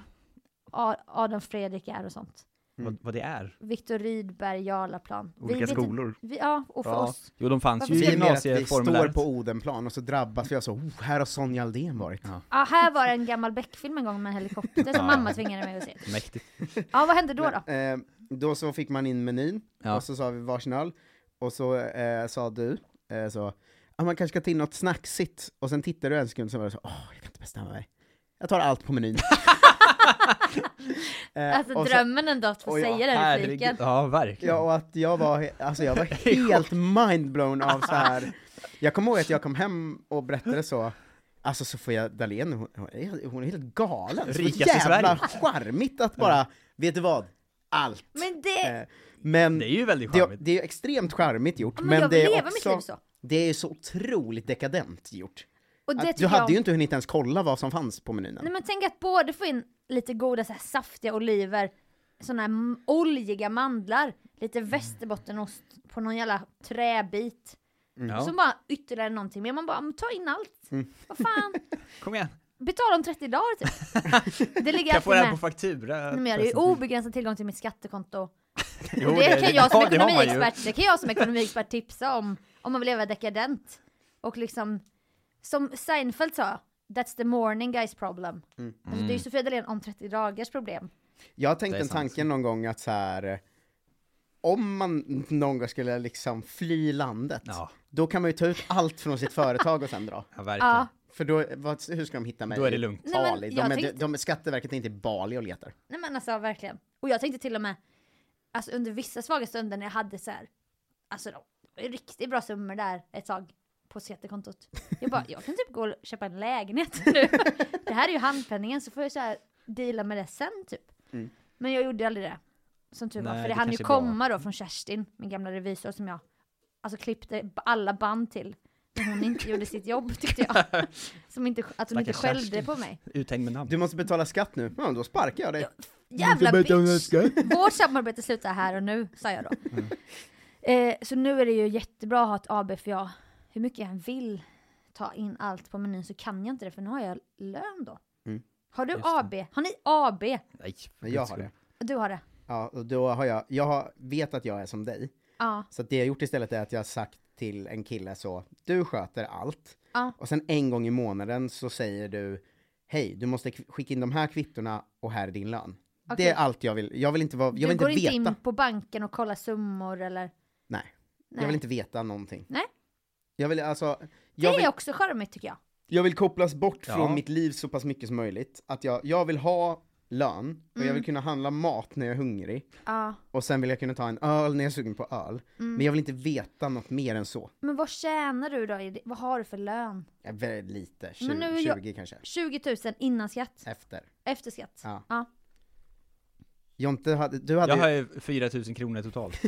C: vad A- Adam Fredrik är och sånt.
E: Mm.
D: vad, vad det är.
C: Viktor Rydberg, Jarlaplan. Vi
D: Olika
C: vet inte-
D: skolor.
C: Vi, ja, och för
D: Ja.
C: oss.
D: Jo, de fanns
C: Varför
D: ju i
E: Det är mer att vi står
D: gymnasieformuläret.
E: på Odenplan och så drabbas vi av så, oh, här har Sonja Aldén varit.
C: Ja, här var det en gammal Beck-film en gång med en helikopter som mamma tvingade mig att se.
D: Mäktigt.
C: Ja, vad hände då då?
E: Eh, då så fick man in menyn,
D: Ja.
E: och så sa vi varsin öl, och så eh, sa du eh, så, ah, man kanske ska ta in något snacksigt, och sen tittade du en sekund och så var det så, åh, jag kan inte bestämma mig. Jag tar allt på menyn. Eh,
C: Alltså
E: och så-
C: drömmen ändå att få
E: Oj, ja,
C: säga den repliken.
D: Ja,
E: Ja,
D: verkligen.
E: och att jag var, he- alltså jag var helt mindblown av så här. jag kommer ihåg att jag kom hem och berättade så, alltså Sofia Dalén, hon, hon är- hon är helt galen. Så
D: Rikast i
E: jävla
D: Sverige.
E: charmigt att bara, vet du vad? Allt.
C: Men det,
E: Eh, Men
D: Det är ju väldigt
E: det,
D: charmigt.
E: det är extremt charmigt gjort,
C: Ja,
E: men,
C: men jag
E: det
C: vill
E: är
C: leva mitt liv
E: också,
C: så.
E: det är så otroligt dekadent gjort.
C: och det
E: Att du
C: tycker
E: hade
C: jag
E: ju
C: om.
E: inte hunnit ens kolla vad som fanns på menyn än.
C: Nej men tänk att både få in lite goda så här, saftiga oliver, såna här m- oljiga mandlar, lite
E: Mm.
C: västerbottenost på någon jävla träbit.
E: Mm.
D: Ja.
C: Som bara ytterligare någonting, men man bara, men ta in allt. Vad fan,
D: Kom igen.
C: betala om 30 dagar typ. Det ligger
D: Kan jag
C: alltid
D: få det här
C: med.
D: på faktura?
C: Nej, men jag har ju obegränsad tillgång till mitt skattekonto.
D: Jo,
C: det, kan jag som
D: ja, det har man ju.
C: ekonomiexpert, det kan jag som ekonomiexpert tipsa om, om man vill leva dekadent. Och liksom, som Seinfeld sa, that's the morning guys problem.
D: Mm.
C: Alltså, det är ju Sofia Dalén om 30 dagars problem.
E: Jag har tänkt
D: Det är
E: den
D: sant.
E: tanken någon gång att så här. eh, om man någon gång skulle liksom fly landet,
D: Ja.
E: då kan man ju ta ut allt från sitt företag och sen dra.
D: Ja, verkligen.
E: För då, vad, hur ska de hitta mig?
D: Då är det lugnt.
C: Nej, men
E: Bali. De,
C: jag
E: är,
C: tänkte-
E: de, Skatteverket är inte i Bali och letar.
C: Nej men alltså verkligen. Och jag tänkte till och med, alltså under vissa svaga stunder när jag hade så här, alltså de, det var riktigt bra summor där ett tag på skattekontot. Jag bara, jag kan typ gå och köpa en lägenhet nu. det här är ju handpenningen så får jag så här deala med det sen typ. Men jag gjorde aldrig det. Som tur var,
D: Mm. Nej,
C: för det,
D: det
C: hann ju
D: kanske är bra.
C: komma då från Kerstin, min gamla revisor som jag alltså klippte b- alla band till. När hon inte gjorde sitt jobb tyckte jag. Som inte, att hon inte
D: Stackars
C: skällde
D: Kerstin.
C: på mig.
D: Uthängd med namn.
E: Du måste betala skatt nu, ja, då sparkar jag dig.
C: Jävla bitch! Vårt samarbete slutar här och nu, sa jag då.
E: Mm.
C: Eh, så nu är det ju jättebra att ha ett AB för jag, hur mycket jag än vill ta in allt på menyn så kan jag inte det för nu har jag lön då.
E: Mm.
C: Har du
D: Just det.
C: AB? Har ni AB?
D: Nej, för
E: Men jag
D: guds
E: har
D: skull.
E: det.
C: Du har det?
E: Ja, och då har jag, jag har, vet att jag är som dig.
C: Ja.
E: Så att det jag gjort istället är att jag har sagt till en kille så, du sköter allt.
C: Ja.
E: Och sen en gång i månaden så säger du, hej, du måste kv- skicka in de här kvittorna och här är din lön. Det
C: Okej.
E: är allt jag vill, jag vill inte vara, jag
C: du
E: vill inte
C: går
E: veta.
C: inte in på banken och kollar summor eller?
E: Nej.
C: Nej.
E: Jag vill inte veta någonting.
C: Nej.
E: Jag vill alltså,
C: Det
E: jag
C: är
E: vill,
C: också charmigt tycker jag.
E: jag vill kopplas bort
D: Ja.
E: från mitt liv så pass mycket som möjligt. Att jag, jag vill ha lön, och
C: Mm.
E: jag vill kunna handla mat när jag är hungrig.
C: Ja.
E: Och sen vill jag kunna ta en öl när jag är sugen på öl.
C: Mm.
E: Men jag vill inte veta något mer än så.
C: Men vad tjänar du då? i det- Vad har du för lön?
E: Ja, Väldigt lite, 20,
C: Men nu är jag-
E: 20 kanske.
C: 20 000 innan skatt?
E: Efter.
C: Efter skatt?
E: Ja.
C: Ja.
E: Jonte hade, du hade,
D: Jag har ju 4 000 kronor totalt.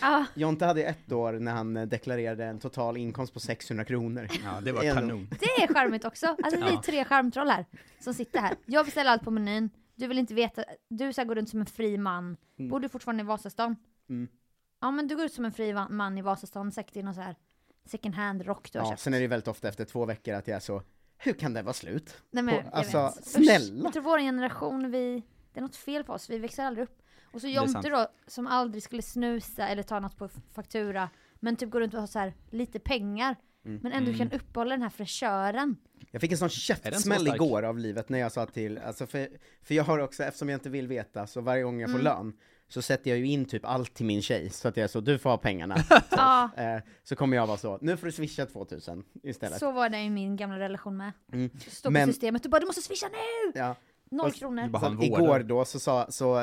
C: Ja.
E: Jonte hade ett år när han eh, deklarerade en total inkomst på 600 kronor.
D: Ja, det var
E: Ändå.
D: kanon.
C: Det är charmigt också. Alltså vi är
D: Ja.
C: tre charmtroll här som sitter här. Jag beställer allt på menyn.
E: Mm.
C: Du vill inte veta. Du så här går runt som en fri man. Bor du fortfarande i Vasastan? Ja men du går ut som en fri va- man i Vasastan, säkert i någon så här second hand rock du har
E: Ja,
C: köpt.
E: sen är det ju väldigt ofta efter två veckor att jag är så, hur kan det vara slut?
C: Nej, men,
E: på-
C: jag
E: alltså,
C: vet. Usch,
E: snälla!
C: Jag tror vår generation, vi, det är något fel på oss, vi växer aldrig upp. Och så
D: är
C: Jonte
D: sant.
C: då, som aldrig skulle snusa eller ta något på f- faktura, men typ går runt och har så här lite pengar.
E: Mm.
C: Men ändå kan uppehålla den här fräschören.
E: Jag fick en sån
D: den så
E: käftsmäll
D: stark?
E: igår av livet när jag sa till, alltså för, för jag har också, eftersom jag inte vill veta, så varje gång jag får lön så sätter jag ju in typ allt till min tjej, så att jag är så, du får ha pengarna.
C: Ja,
E: eh, så kommer jag vara så, nu får du swisha 2000 istället.
C: så var det i min gamla relation med.
E: Mm.
C: Stå
E: Men-
C: på systemet och bara du måste swisha nu!
E: Ja.
C: Noll
E: Och-
C: kronor. Mm.
D: Bara
E: Så
D: han
E: att
D: vårdar.
E: igår då så, sa, så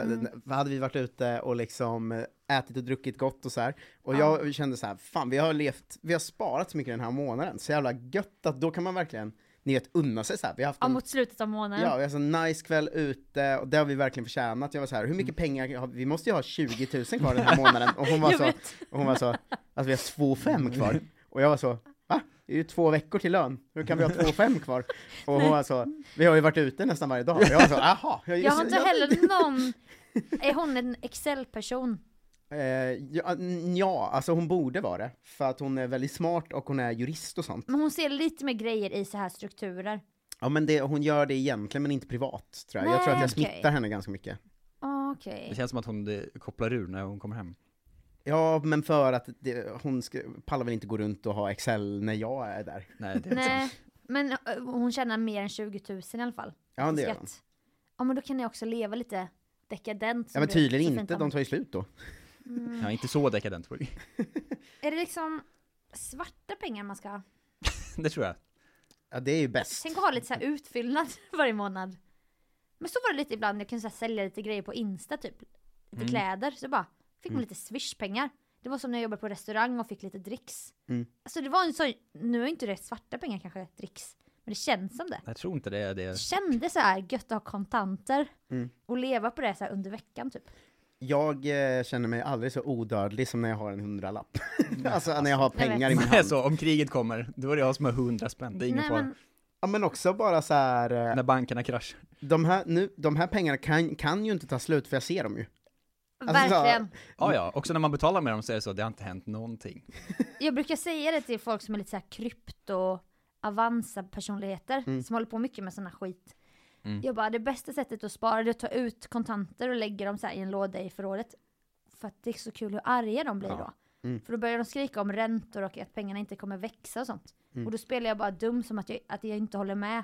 E: hade vi varit ute och liksom eh, ätit och druckit gott och så här. Och jag kände så här, fan vi har levt, vi har sparat så mycket den här månaden, så jävla gött att då kan man verkligen, ni vet unna sig så här. Vi har haft
C: Ja,
E: en,
C: mot slutet av månaden.
E: ja, vi har en nice kväll ute och det har vi verkligen förtjänat. Jag var så här, hur mycket pengar, har vi? vi måste ju ha 20 000 kvar den här månaden. Och hon var
C: Mm. Jag
E: så,
C: vet.
E: och hon var så, alltså vi har 2 5 kvar. Och jag var så, va? Det är ju två veckor till lön, hur kan vi ha 2 5 kvar? Och hon var så, vi har ju varit ute nästan varje dag. Och jag var så, aha.
C: Jag har inte heller någon... Är hon en Excel-person?
E: Eh, ja, n- ja, alltså hon borde vara det. För att hon är väldigt smart och hon är jurist och sånt.
C: Men hon ser lite mer grejer i så här strukturer.
E: Ja men det, hon gör det egentligen men inte privat tror jag. jag tror att jag
C: Nej,
E: smittar
C: okej.
E: henne ganska mycket.
C: Okej.
D: Det känns som att hon eh, kopplar ur när hon kommer hem.
E: Ja men för att det, hon ska, pallar väl inte gå runt och ha Excel när jag är där.
D: Nej, det är
C: Nej,
D: sant.
C: men ö, hon tjänar mer än 20 000 i alla fall.
E: Ja
C: i
E: det gör
C: skatt.
E: hon.
C: Ja men då kan jag också leva lite dekadent.
E: Ja
C: som
E: men
C: du
E: tydligen
C: så
E: inte,
C: fint
E: de tar ju slut då.
C: mm.
D: Ja, inte så dekadent. Borg.
C: Är det liksom svarta pengar man ska ha?
D: Det tror jag.
E: Ja det är ju bäst.
C: Tänk att ha lite så här utfyllnad varje månad. Men så var det lite ibland, jag kunde så här sälja lite grejer på Insta typ. Lite
E: Mm.
C: kläder, så bara fick man lite swishpengar. Det var som när jag jobbade på restaurang och fick lite dricks.
E: Mm.
C: Alltså det var en sån, nu är inte det svarta pengar kanske, dricks. Men det känns som det.
D: Jag tror inte det är det.
C: Kände så här gött att ha kontanter.
E: Mm.
C: Och leva på det så här under veckan typ.
E: Jag eh, känner mig aldrig så odödlig som när jag har en hundralapp. alltså när jag har pengar i min hand.
D: Så, om kriget kommer, då är det jag som har hundra spänn. Det är ingen
C: Nej,
D: fara.
C: men-
E: Ja men också bara så här, eh,
D: När bankerna kraschar.
E: de här, nu, de här pengarna kan, kan ju inte ta slut för jag ser dem ju. Alltså, så-
C: Verkligen.
D: Ja, ja. Också när man betalar med dem så är det så, det har inte hänt någonting.
C: Jag brukar säga det till folk som är lite så här krypto avanza personligheter som håller på mycket med såna skit.
D: Mm.
C: Jag bara, det bästa sättet att spara det är att ta ut kontanter och lägga dem så här i en låda i förrådet. För att det är så kul hur arga de blir då. För då börjar de skrika om räntor och att pengarna inte kommer växa och sånt. Och då spelar jag bara dum som att jag, att jag inte håller med.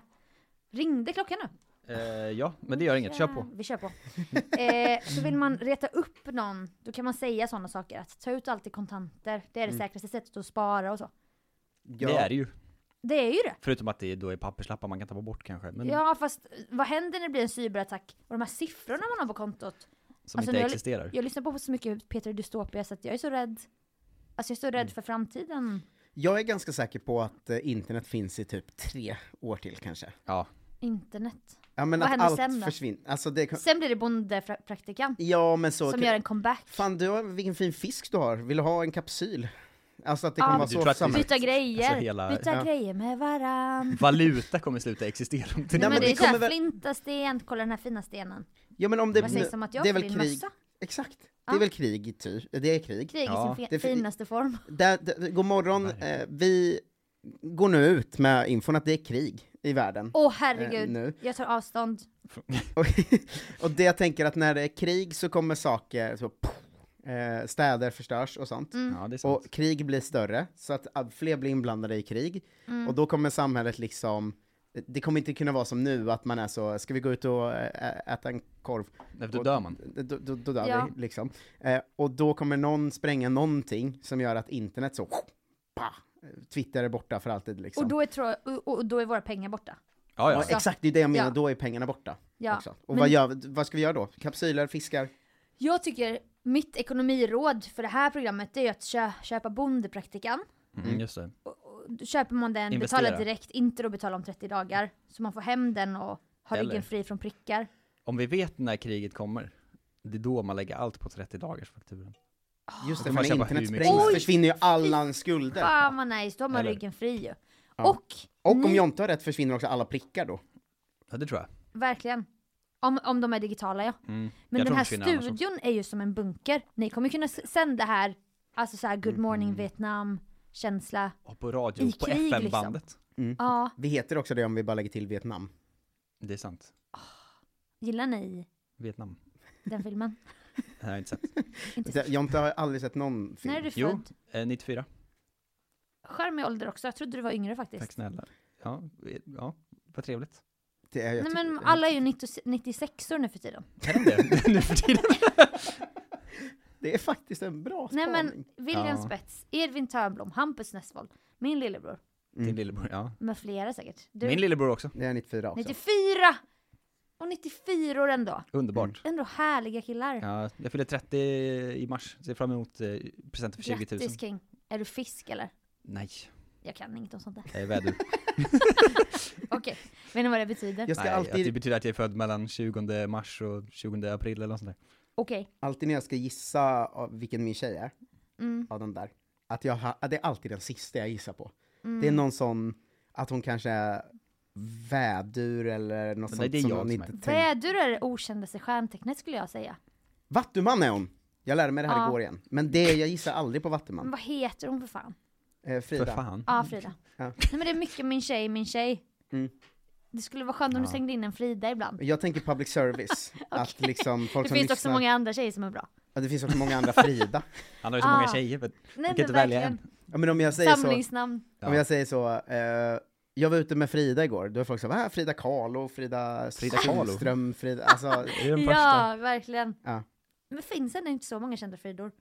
C: Ringde klockan nu?
D: Eh, ja, men det gör inget. Kör på.
C: Vi kör på. eh, så vill man reta upp någon, då kan man säga sådana saker. Att ta ut allt i kontanter, det är det säkraste sättet att spara och så.
E: Ja.
D: Det är det ju.
C: Det är ju det.
D: Förutom att det då är papperslappar man kan ta bort kanske. Men
C: Ja fast eh, vad händer när det blir en cyberattack? Och de här siffrorna man har på kontot. alltså,
D: som inte
C: när jag-
D: existerar.
C: Jag lyssnar på så mycket Peter Dystopia så att jag är så rädd. Alltså jag är så rädd
E: Mm.
C: för framtiden.
E: Jag är ganska säker på att eh, internet finns i typ tre år till kanske.
D: Ja.
C: Internet.
E: Ja men
C: Vad
E: att
C: händer
E: allt
C: sen då?
E: försvinner. Alltså det kan...
C: Sen blir det bondepraktikan.
E: Ja men så... typ-
C: Som gör en comeback.
E: Fan du har, vilken fin fisk du har, vill du ha en kapsyl? Alltså att det kommer
C: Ja.
E: vara
C: Du
D: tror
E: så
D: att det-
E: samma.
C: Byta grejer.
D: Alltså, hela-
C: Byta
E: ja.
C: grejer med varann.
D: Valuta kommer sluta existera. om det-
C: Nej,
E: Nej, men
C: men det
E: vi
C: är såhär
E: kommer väl-
C: flinta sten, kolla den här fina stenen.
E: Ja men om det...
C: Vad sägs om att jag
E: det är
C: får
E: väl
C: din
E: krig.
C: mössa?
E: Exakt. Det är
C: Ja.
E: väl krig, typ. Det är krig.
C: Krig
D: Ja,
C: i sin
E: det är
C: fi-
E: fi-
C: finaste form.
E: Där, där, god morgon, eh, vi går nu ut med infon att det är krig i världen.
C: Åh
E: Eh,
C: herregud,
E: nu.
C: jag tar avstånd.
E: Och, och det jag tänker att när det är krig så kommer saker, så, eh, städer förstörs och sånt.
D: Ja, det är sant.
E: Och krig blir större, så att all- fler blir inblandade i krig.
C: Mm.
E: Och då kommer samhället liksom, det kommer inte kunna vara som nu att man är så, ska vi gå ut och ä- äta en korv?
D: Nej, för då dör man.
E: Då, då, då dör
C: Ja.
E: vi liksom. Eh, och då kommer någon spränga någonting som gör att internet så, pa, Twitter är borta för alltid liksom.
C: Och då, är tro- och, och då är våra pengar borta.
D: Ja, ja.
E: ja, exakt, det är det jag menar,
C: Ja.
E: då är pengarna borta.
C: Ja.
E: Också. Och
C: Men-
E: vad, gör, vad ska vi göra då? Kapsyler, fiskar?
C: Jag tycker mitt ekonomiråd för det här programmet är ju att kö- köpa bondepraktikan.
D: Mm, just det.
C: Då köper man den,
D: Investera.
C: betalar direkt, inte då betala om 30 dagar. Så man får hem den och har
D: Eller-
C: ryggen fri från prickar.
D: Om vi vet när kriget kommer, det är då man lägger allt på 30 dagars fakturan.
E: Just
D: Då
E: det,
D: får
E: för
D: man
E: när
D: köpa hur
E: internet
D: mycket
E: sprängs
D: som helst.
E: försvinner ju alla skulder.
C: Fan Mm. vad nice, då har man
D: Eller-
C: ryggen fri ju.
E: Ja.
C: Och,
E: Och om
C: ni-
E: jag inte har rätt försvinner också alla prickar då.
D: Ja, det tror jag.
C: Verkligen. Om, om de är digitala ja.
D: Mm.
C: Men
D: jag
C: den
D: tror
C: här
D: försvinner annars också.
C: studion är ju som en bunker. Ni kommer kunna s- sända här Alltså så här
D: Mm.
C: Good Morning Vietnam känsla.
D: Och på radio,
C: I
D: på
C: krig, liksom.
D: FM-bandet.
C: Ja,
E: Vi heter också det om vi bara lägger till Vietnam.
D: Det är sant.
C: gillar ni
D: Vietnam.
C: den filmen?
D: Det har jag inte sett.
E: Så jag- Jonte har aldrig sett någon film.
C: När är du
D: Jo.
C: född?
D: Eh, 94,
C: Charmig ålder också, jag trodde du var yngre
D: tack
C: faktiskt.
D: snälla. Ja, eh, ja vad trevligt.
E: Det är- jag
C: Nej
E: tycker-
C: men alla är ju 90 96 nu för tiden.
D: Kan de det nu för tiden?
E: Det är faktiskt en bra
C: Nej
E: spaning.
C: men William
D: Ja.
C: Spets, Edvin Törnblom, Hampus Nessvold, min lillebror,
D: Din lillebror, ja.
C: med flera säkert. Mm. Du,
D: Min lillebror också.
E: Det är 94 också.
C: 94! Och 94 år ändå.
D: Underbart.
C: Ändå härliga killar.
D: Ja, jag fyller 30 i mars, ser fram emot eh, presenter för 20 000.
C: Grattis King. Är du fisk eller?
D: Nej,
C: Jag kan inget om sånt där.
D: jag är vädur.
C: Okej, vet ni vad det betyder?
E: Jag ska
D: Nej, att
E: alltid,
D: det betyder att jag är född mellan 20 mars och 20 april eller något sånt där.
C: Okej.
E: alltid när jag ska gissa av vilken min tjej är,
C: Mm.
E: av den där, att jag ha, att det är alltid den sista jag gissar på.
C: Mm.
E: Det är någon sån, att hon kanske är vädur eller något
D: Men
E: sånt
D: det är
E: som
D: jag
E: hon
D: som
E: inte
D: är.
E: tänker.
C: Vädur är det okändaste stjärntecknet skulle jag säga.
E: Vattuman är hon! Jag lärde mig det här
C: Ja.
E: igår igen. Men det, jag gissar aldrig på
C: Men
E: Vattuman.
C: vad heter hon för fan?
E: Eh,
D: För
E: Frida.
D: fan.
C: Ja, Frida.
E: Ja.
C: Nej men det är mycket min tjej, min tjej.
E: Mm.
C: Det skulle vara skönt om du slängde in en Frida ibland.
E: Jag tänker public service. Att liksom folk
C: Det
E: som
C: finns
E: lyssnar,
C: också många andra tjejer som är bra.
E: Ja, det finns också många andra Frida.
D: Han har ju så
C: Ah.
D: många tjejer, men
C: Nej,
D: man kan inte välja en.
E: Ja, men om jag säger så,
C: Samlingsnamn.
E: om jag säger så, eh, jag var ute med Frida igår, då är folk så här, "Va? Frida Kahlo, Frida,
D: Frida
E: Frida
D: Kahlo."
E: Sundström, Frida, alltså
D: Är det den första?
C: Ja, verkligen.
E: Ja.
C: Men finns det ändå inte så många kända Fridor?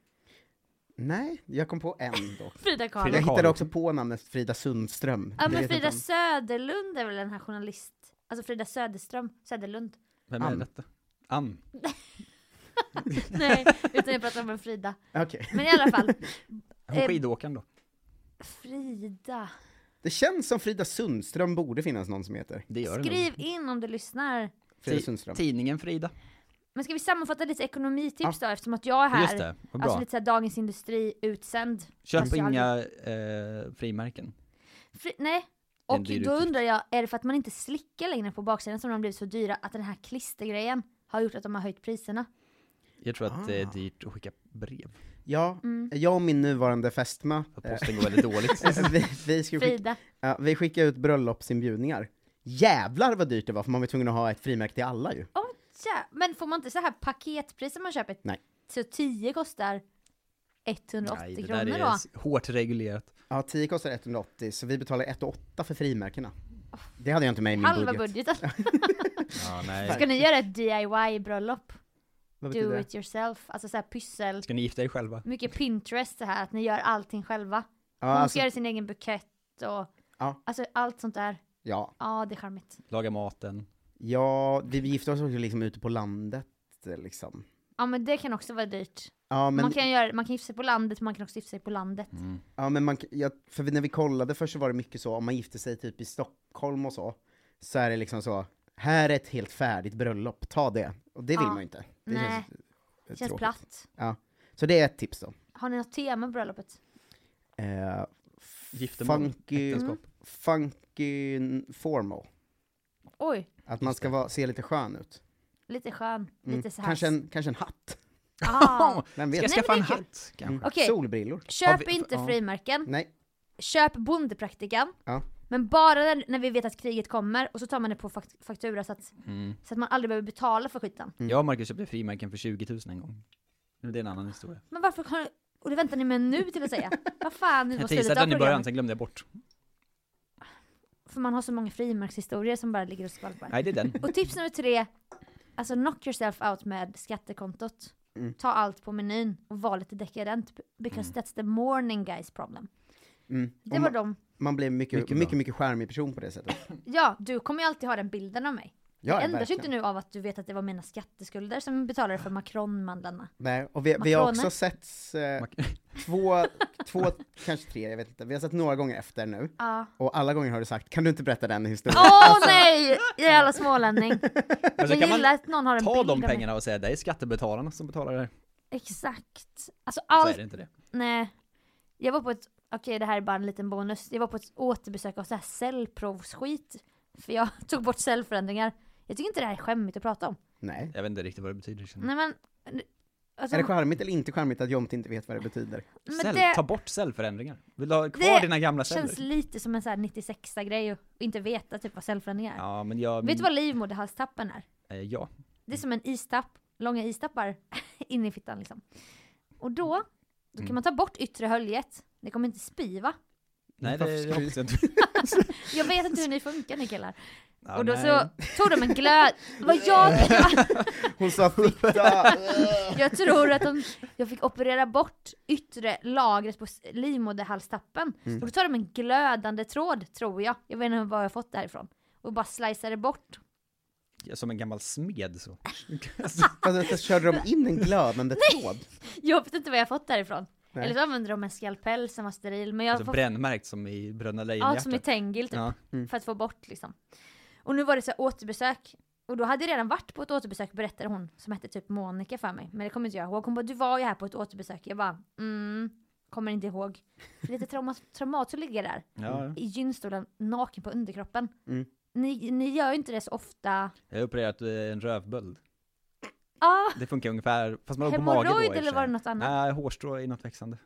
E: Nej, jag kom på en dock.
C: Frida Kahlo.
D: Frida-
E: Jag hittade
D: Kahlo.
E: också på namnet Frida Sundström.
C: Ja
E: Det
C: men
E: vet jag
C: Frida
E: inte om-
C: Söderlund är väl den här journalist... Alltså Frida Söderström, Söderlund.
D: Vem är
E: Ann.
D: detta? Ann.
C: Nej, utan jag pratar om en Frida.
E: Okej.
C: Men i alla fall,
D: Hon
C: Eh,
D: skidåkaren då?
C: Frida.
E: Det känns som Frida Sundström borde finnas någon som heter.
D: Det gör den.
C: Skriv in om du lyssnar.
E: Frida
D: Ti-
E: Sundström.
D: Tidningen Frida.
C: Men ska vi sammanfatta lite ekonomitips då eftersom att jag är här.
D: Just det, vad
C: Alltså
D: bra.
C: lite såhär Dagens Industri utsänd.
D: Köp
C: Special.
D: inga eh, frimärken.
C: Fri- nej.
D: Det
C: Och
D: är en dyr
C: då
D: utgift.
C: undrar jag, är det för att man inte slickar längre på baksidan som de har blivit så dyra att den här klistergrejen har gjort att de har höjt priserna?
D: Jag tror att det
E: Ah.
D: är dyrt att skicka brev.
E: Ja,
C: Mm.
E: jag och min nuvarande fästmö,
D: För
E: eh,
D: posten går väldigt dåligt.
E: vi, vi, skulle skicka,
C: Frida.
E: ja, vi skickade ut bröllopsinbjudningar. Jävlar vad dyrt det var, för man var tvungen att ha ett frimärke till alla ju.
C: Oh, tja. Men får man inte så här paketpris som man köper?
E: Nej.
C: Så 10 kostar 180
D: Nej, det där
C: kronor
D: är
C: då?
D: s- hårt reglerat.
E: Ja, 10 kostar 180, så vi betalade 1 8 för frimärkena. Det hade jag inte med i min
C: Halva
E: budget.
C: budgeten.
D: Ja, nej.
C: Ska ni göra ett DIY-bröllop?
E: Vad betyder
C: Do
E: det?
C: it yourself. Alltså så här pyssel.
D: Ska ni gifta er själva?
C: Mycket Pinterest så här, att ni gör allting själva.
E: Ja,
C: Hon
E: alltså,
C: ska göra sin egen bukett och
E: Ja.
C: alltså allt sånt där.
E: ja.
C: Ja, det är charmigt.
D: Laga maten.
E: ja, vi gifte oss också liksom ute på landet eh, liksom.
C: Ja, men det kan också vara dyrt.
E: Ja men, Mm,
C: Man kan, göra, man kan gifta sig på landet, man kan också gifta sig på landet.
E: ja, men man, ja, för när vi kollade först så var det mycket så, om man gifte sig typ i Stockholm och så, så är det liksom så, här är ett helt färdigt bröllop, ta det. Och det vill
C: Ja.
E: man ju inte. Det
C: Nej.
E: känns,
C: det
E: eh,
C: känns
E: tråkigt.
C: platt.
E: Ja. Så det är ett tips då.
C: Har ni något tema på bröllopet?
E: Eh,
D: Giftermål.
E: funky,
D: Äktenskap.
E: funky formal.
C: Oj,
E: Att man ska vara, se lite skön ut.
C: lite skön.
E: Mm.
C: Lite så här.
E: Kanske, en, kanske en hatt.
C: Ah.
E: Vem
D: Ska jag
E: vet?
C: Nej,
D: skaffa
C: men
D: en
C: det är kul.
D: hatt kanske?
C: Okej.
E: Solbrillor.
D: Har
C: Köp
D: vi-
C: inte
D: ja.
C: frimärken.
E: Nej.
C: Köp bondepraktikan.
E: Ja.
C: Men bara när, när vi vet att kriget kommer och så tar man det på fakt- faktura så
E: Mm.
C: att, så att man aldrig behöver betala för skiten.
D: Mm. Jag och Marcus köpte frimärken för 20 000 en gång. Men Det är en annan historia.
C: Men varför har Och det väntar ni med nu till att säga. Vad fan, det var
D: Jag
C: slutet
D: teasade
C: av
D: den i början,
C: programmet.
D: sen glömde jag bort.
C: För man har så många frimärkshistorier som bara ligger och skvalpar.
D: Nej, det är den.
C: Och tips nummer tre, alltså knock yourself out med skattekontot.
D: Mm.
C: Ta allt på menyn och var lite dekadent because that's the morning guys problem. Det
E: Om
C: var
E: man-
C: de.
E: Mm. Man blir mycket,
D: Mycket
E: mycket,
D: bra.
E: mycket, skärmig person på det sättet.
C: Ja, du kommer ju alltid ha den bilden av mig.
E: Ja,
C: det ändras ju
E: verkligen.
C: inte nu av att du vet att det var mina skatteskulder som betalade för makronmandlarna.
E: Nej, och vi, vi har
C: Macroner.
E: också sett eh, två, två, kanske tre, jag vet inte. Vi har sett några gånger efter nu.
C: Ja.
E: Och alla gånger har du sagt, kan du inte berätta den historien?
C: Åh nej! Jävla smålänning.
D: Alltså. Men så
C: Jag
D: kan
C: gillar
D: man
C: att någon har en bild
D: ta
C: av
D: de
C: mig.
D: pengarna och säga det är skattebetalarna som betalar det här.
C: Exakt. Alltså
D: Så är
C: allt
D: det inte det.
C: Nej. Jag var på ett, okej det här är bara en liten bonus. Jag var på ett återbesök av så här cellprovsskit. För jag tog bort cellförändringar. Jag tycker inte det här är skämmigt att prata om.
E: Nej.
D: Jag vet inte riktigt vad Mm. det betyder. känner jag.
C: Nej men, Alltså,
E: Är det charmigt eller inte charmigt att Jonte inte vet vad det betyder?
C: men
D: Cell,
C: det
D: ta bort cellförändringar. Vill du ha kvar
C: Det
D: dina gamla celler?
C: känns lite som en så här 96-grej och inte veta typ vad cellförändring är.
D: Ja, men jag...
C: Vet du vad livmoderhalstappen är?
D: eh, Ja.
C: Det är som en istapp, långa istappar in i fittan liksom. Och då, då kan
D: Mm.
C: man ta bort yttre höljet. Det kommer inte spiva.
D: Nej,
E: Varför
D: det
E: skulle du-
D: hoppas jag inte.
C: Jag vet inte hur ni funkar ni killar.
D: Ja,
C: och då
D: nej.
C: så tog de en glöd. Vad jag,
E: Hon sa fitta!
C: jag tror att de, jag fick operera bort yttre lagret på s- livmoderhalstappen.
D: Mm.
C: Och då tar de en glödande tråd tror jag. Jag vet inte var jag fått det här ifrån. Och bara sliceade bort.
D: Ja, Som en gammal smed så.
E: Alltså, så körde de in en glödande tråd?
C: Jag vet inte var jag fått det här ifrån.
E: Nej.
C: Eller så använde de en skalpell som var steril. Men jag
D: Alltså
C: får-
D: brännmärkt som i Bröderna
C: Ja, som i
D: Lejonhjärta.
C: Tengil typ.
D: Ja.
C: För att få bort liksom. Och nu var det så här återbesök. Och då hade jag redan varit på ett återbesök berättade hon som hette typ Monica för mig. Men det kommer inte jag ihåg. Hon bara du var ju här på ett återbesök. Jag bara mm, kommer inte ihåg. Lite trauma, traumat att ligga där
D: Ja, ja.
C: i gynstolen naken på underkroppen.
E: Mm.
C: Ni, ni gör ju inte det så ofta.
D: Jag har opererat eh, en rövböld.
C: Ah,
D: Det funkar ungefär, fast man låg på mage då. i och
C: hemorrojd
D: för
C: eller
D: sig.
C: var det något annat?
D: Nej, hårstrå är något växande.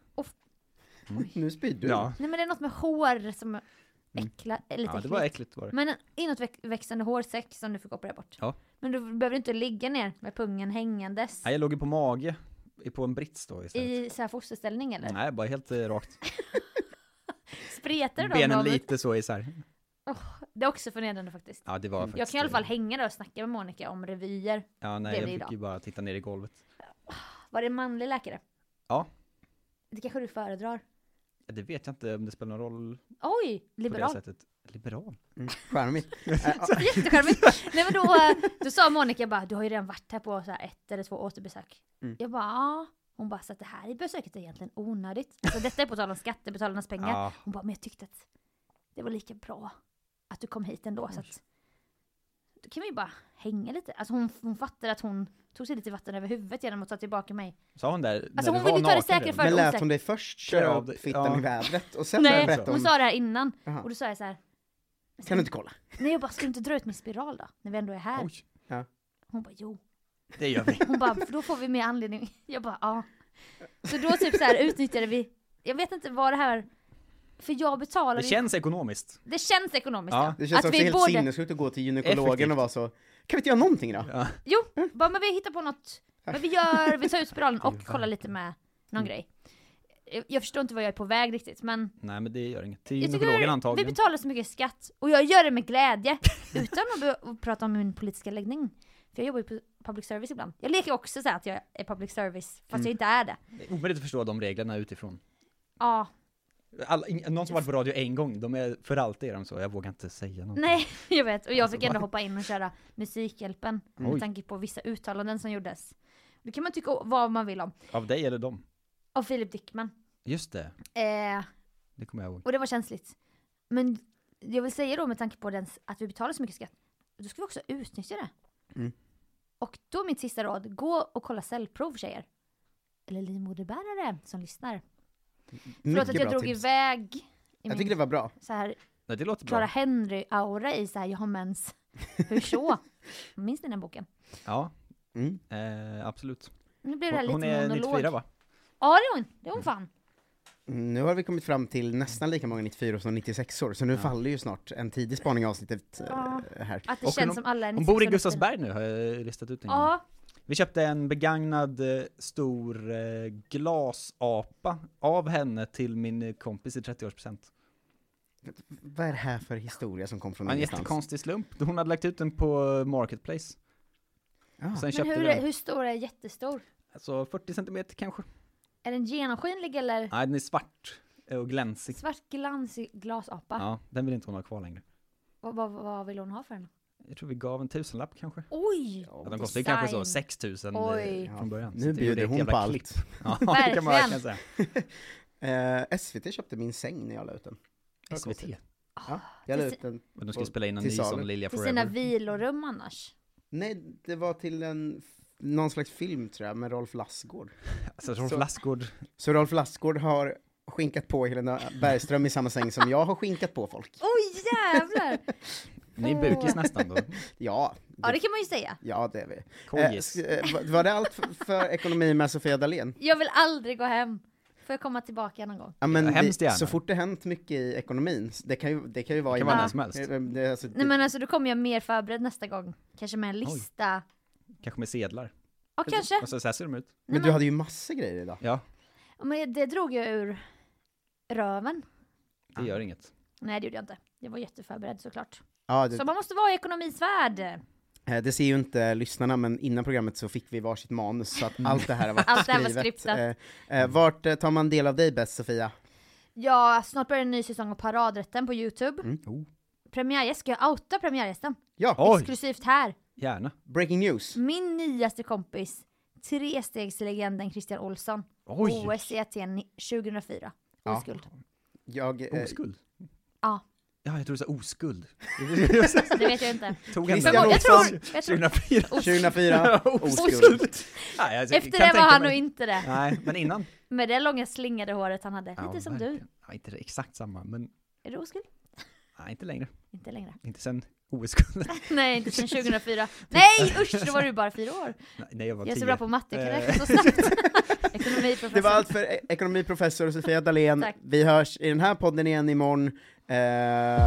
E: Mm. Nu spyr du.
D: Ja,
C: Nej men det är något med hår som äcklar, är lite
D: Mm. ja det
C: äckligt.
D: var äckligt var det.
C: Men en inåtväxande hårsäck som du fick operera bort.
D: Ja.
C: Men du behöver inte ligga ner med pungen hängandes.
D: Nej, jag låg ju på mage, på en brits då istället.
C: I så här fosterställning eller?
D: Nej, bara helt eh, rakt.
C: Spretar de
D: Benen
C: av-
D: lite så isär.
C: Det är också förnedrande faktiskt.
D: Ja, det var faktiskt...
C: Mm. Jag kan i alla fall
D: eh,
C: hänga där och snacka med Monica om revyer.
D: Ja, nej,
C: blev
D: jag
C: det
D: fick
C: idag.
D: ju bara titta ner i golvet.
C: Var det en manlig läkare?
D: Ja.
C: Det kanske du föredrar?
D: Ja, Det vet jag inte om det spelar någon roll
C: Oj!
D: på
C: Liberal.
D: det sättet. Liberal?
E: Mm, charmigt.
C: Jättecharmigt. Nej men då, eh, då sa Monica bara, du har ju redan varit här på så här ett eller två återbesök.
E: Mm.
C: Jag bara, ja. Hon bara, så att det här besöket är egentligen onödigt. Alltså detta är på tal om skattebetalarnas pengar.
D: Ja.
C: Hon bara, men jag tyckte att det var lika bra att du kom hit ändå. Så att, då kan vi ju bara hänga lite. Alltså hon, hon fattade att hon tog sig lite vatten över huvudet genom att ta tillbaka mig.
D: Sa hon där?
C: Alltså,
D: när
C: hon
D: du
C: vill ju
D: var
C: ta det
D: naken
C: säkra
D: redan?
C: för-
E: Men lät
C: osäker.
E: hon dig först köra
D: Ja,
E: av
D: det-
E: fittan
D: ja.
E: i vädret och sen började
C: Nej,
E: berätta
C: hon
E: om...
C: sa det här innan.
E: Jaha.
C: Och då sa jag så här,
E: Kan du inte kolla?
C: nej jag bara, ska du inte dra ut min spiral då? När vi ändå är här.
D: Oj,
C: Hon bara, jo.
D: det gör vi.
C: Hon bara, för då får vi mer anledning. Jag bara, ja. Så då typ så här utnyttjade vi, jag vet inte vad det här, för jag betalade
D: Det
C: ju-
D: känns ekonomiskt.
C: det känns ekonomiskt
D: Ja,
C: ja.
E: Det känns
C: att
E: också
C: vi
E: helt
C: både,
E: sinnessjukt att gå till gynekologen
D: Effektivt.
E: och vara så, kan vi inte göra någonting då?
D: Ja.
C: Jo,
D: Mm.
C: bara men vi hittar på något. Men vi gör, vi tar ut spiralen och kollar lite med någon grej. Jag- Jag förstår inte vad jag är på väg riktigt men
D: Nej, men Mm. det gör inget. Till
C: jag
D: gynekologen
C: tycker vi
D: antagligen.
C: betalar så mycket skatt och jag gör det med glädje utan att be- prata om min politiska läggning. För jag jobbar ju på public service ibland. Jag leker också så här att jag är public service fast
D: Mm.
C: jag inte är det.
D: Det är Omöjligt att förstå de reglerna utifrån.
C: Ja,
D: Alla, ing- någon som varit på radio en gång, de är för alltid är de så. Jag vågar inte säga någonting.
C: nej jag vet. Och jag fick ändå hoppa in och köra Musikhjälpen med
D: Alltså, Oj.
C: tanke på vissa uttalanden som gjordes. Det kan man tycka vad man vill om.
D: Av dig eller dem?
C: Av Filip Dickman.
D: Just det,
C: Eh,
D: det kommer jag ihåg.
C: Och det var känsligt. Men jag vill säga då med tanke på den, att vi betalar så mycket skatt, då ska vi också utnyttja det.
E: Mm.
C: Och då min sista rad, gå och kolla cellprov tjejer. Eller livmoderbärare som lyssnar. Förlåt att jag drog iväg i
E: Jag
C: min
E: tycker det var bra.
C: så här
D: Nej, det låter
C: Clara
D: bra.
C: Henry-aura i så här, jag har mens. Hur så? Minns ni den boken?
D: Ja,
E: Mm.
D: eh, absolut.
C: Nu blir det här
D: Hon,
C: lite
D: hon är
C: monolog.
D: 94 va?
C: Ja det är hon, det är hon fan.
E: Mm, Nu har vi kommit fram till nästan lika många 94 som 96 år, så nu faller ju snart en tidig spaning i avsnittet eh,
C: Ja.
E: här.
C: Att det
D: Och
C: känns
D: hon-
C: som alla är
D: Hon bor i
C: 96 år.
D: Gustavsberg nu har jag listat ut en gång.
C: Ja,
D: Vi köpte en begagnad eh, stor eh, glasapa av henne till min eh, kompis i 30-årspresent.
E: Vad är det här för historia som kom från
D: En
E: ingenstans?
D: jättekonstig slump. Hon hade lagt ut den på eh, Marketplace.
E: Ja.
D: Sen
C: men
D: köpte
C: hur,
D: vi den.
C: hur stor är jättestor?
D: Alltså 40 centimeter kanske?
C: Är den genomskinlig eller?
D: Nej, den är svart eh, och glänsig.
C: Svart glans i glasapa.
D: Ja, den vill inte hon ha kvar längre.
C: Vad, vad, vad vill hon ha för den?
D: Jag tror vi gav en tusenlapp kanske.
C: Oj!
D: Ja, de kostade ju kanske så
C: design.
D: 6000
C: Oj.
D: eh, från början.
E: Nu bjuder hon på allt.
D: Ja, det kan man verkligen
C: Verkligen.
D: säga.
E: Eh, SVT köpte min säng när jag la ut den. Vad
D: SVT.
E: konstigt. Ja, jag la
C: till
E: ut den.
D: Men de skulle
E: Och
D: spela in en
E: till
D: ny
E: salu.
D: sån Lilja
C: Till sina
D: Forever.
C: vilorum annars.
E: Nej, det var till en, någon slags film tror jag, med Rolf Lassgård.
D: Alltså Rolf
E: Så-
D: Lassgård.
E: Så Rolf Lassgård har skinkat på Helena Bergström i samma säng som jag har skinkat på folk.
C: Oj jävlar!
D: Ni är bukis nästan då.
E: Ja,
C: Ja det kan man ju säga.
E: Ja, det är vi. Eh,
D: Kojis.
E: s- eh, va- var det allt för, för ekonomi med Sofia Dalén?
C: Jag vill aldrig gå hem. Får jag komma tillbaka någon gång?
E: Ja, men
D: Ja, hemskt
E: vi,
D: gärna.
E: så fort det hänt mycket i ekonomin, s- det kan ju, det kan ju vara
D: Det kan
E: i-
D: vara när som helst.
E: Eh, Det, alltså,
C: Nej
E: det-
C: men alltså då kommer jag mer förberedd nästa gång. Kanske med en lista.
D: Kanske med sedlar.
C: Ja kanske.
D: Och så, så här ser de ut.
E: men du hade ju massor grejer idag.
D: Ja,
C: Ja, Men det drog jag ur röven.
D: det
E: Ah.
D: gör inget.
C: Nej det gjorde jag inte. Jag var jätteförberedd såklart.
E: Ja,
C: Så
E: det,
C: man måste vara i ekonomins värld.
E: eh, det ser ju inte lyssnarna, men innan programmet så fick vi varsitt manus, så att allt det här har varit
C: Allt det här var
E: skrivet.
C: skriptat.
E: Eh, eh, vart eh, tar man del av dig bäst, Sofia?
C: Ja, snart börjar en ny säsong av Paradrätten på Youtube.
E: Mm.
D: Oh.
C: Premiärgäst, ska jag outa premiärgästen?
E: Ja,
D: Oj,
C: Exklusivt här.
D: gärna.
E: breaking news.
C: Min nyaste kompis, trestegslegenden Christian Olsson. E
D: Oj,
C: OS i Aten 2004.
E: Ja.
C: Oskuld.
E: Jag, eh,
D: oskuld.
C: Ja.
D: Ja, jag tror du sa oskuld.
C: Det vet jag inte.
D: Tog henne.
E: Christian
C: Jag tror, jag tror.
D: 2004.
E: 2004, oskuld.
D: Nej, jag kan
C: Efter det
D: tänka
C: var han nog
D: mig-
C: inte det.
D: Nej, men innan.
C: Med det långa slingade håret han hade.
D: Ja,
C: Lite som du.
D: verkligen. Ja, inte exakt samma, men
C: Är du oskuld?
D: nej, inte längre.
C: Inte längre.
D: Inte sen OS-guldet.
C: Nej, inte sedan 2004. Nej usch, då var du bara fyra år.
D: Nej, när jag var
C: Jag är så
D: tio. Eh.
C: bra på matte, kan jag räkna så snabbt? Ekonomiprofessor.
E: Det var
D: alltså
E: allt för e- ekonomiprofessor Sofia Dalén.
C: Tack.
E: Vi hörs i den här podden igen imorgon. Eh,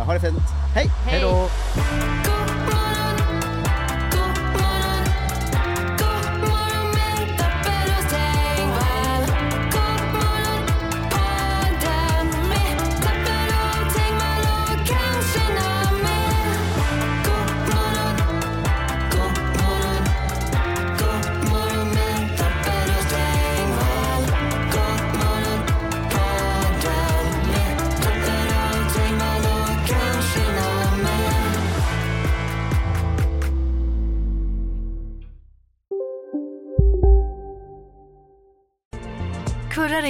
E: ha det fint. Hej!
C: Hej.
E: då!
B: Kurrar det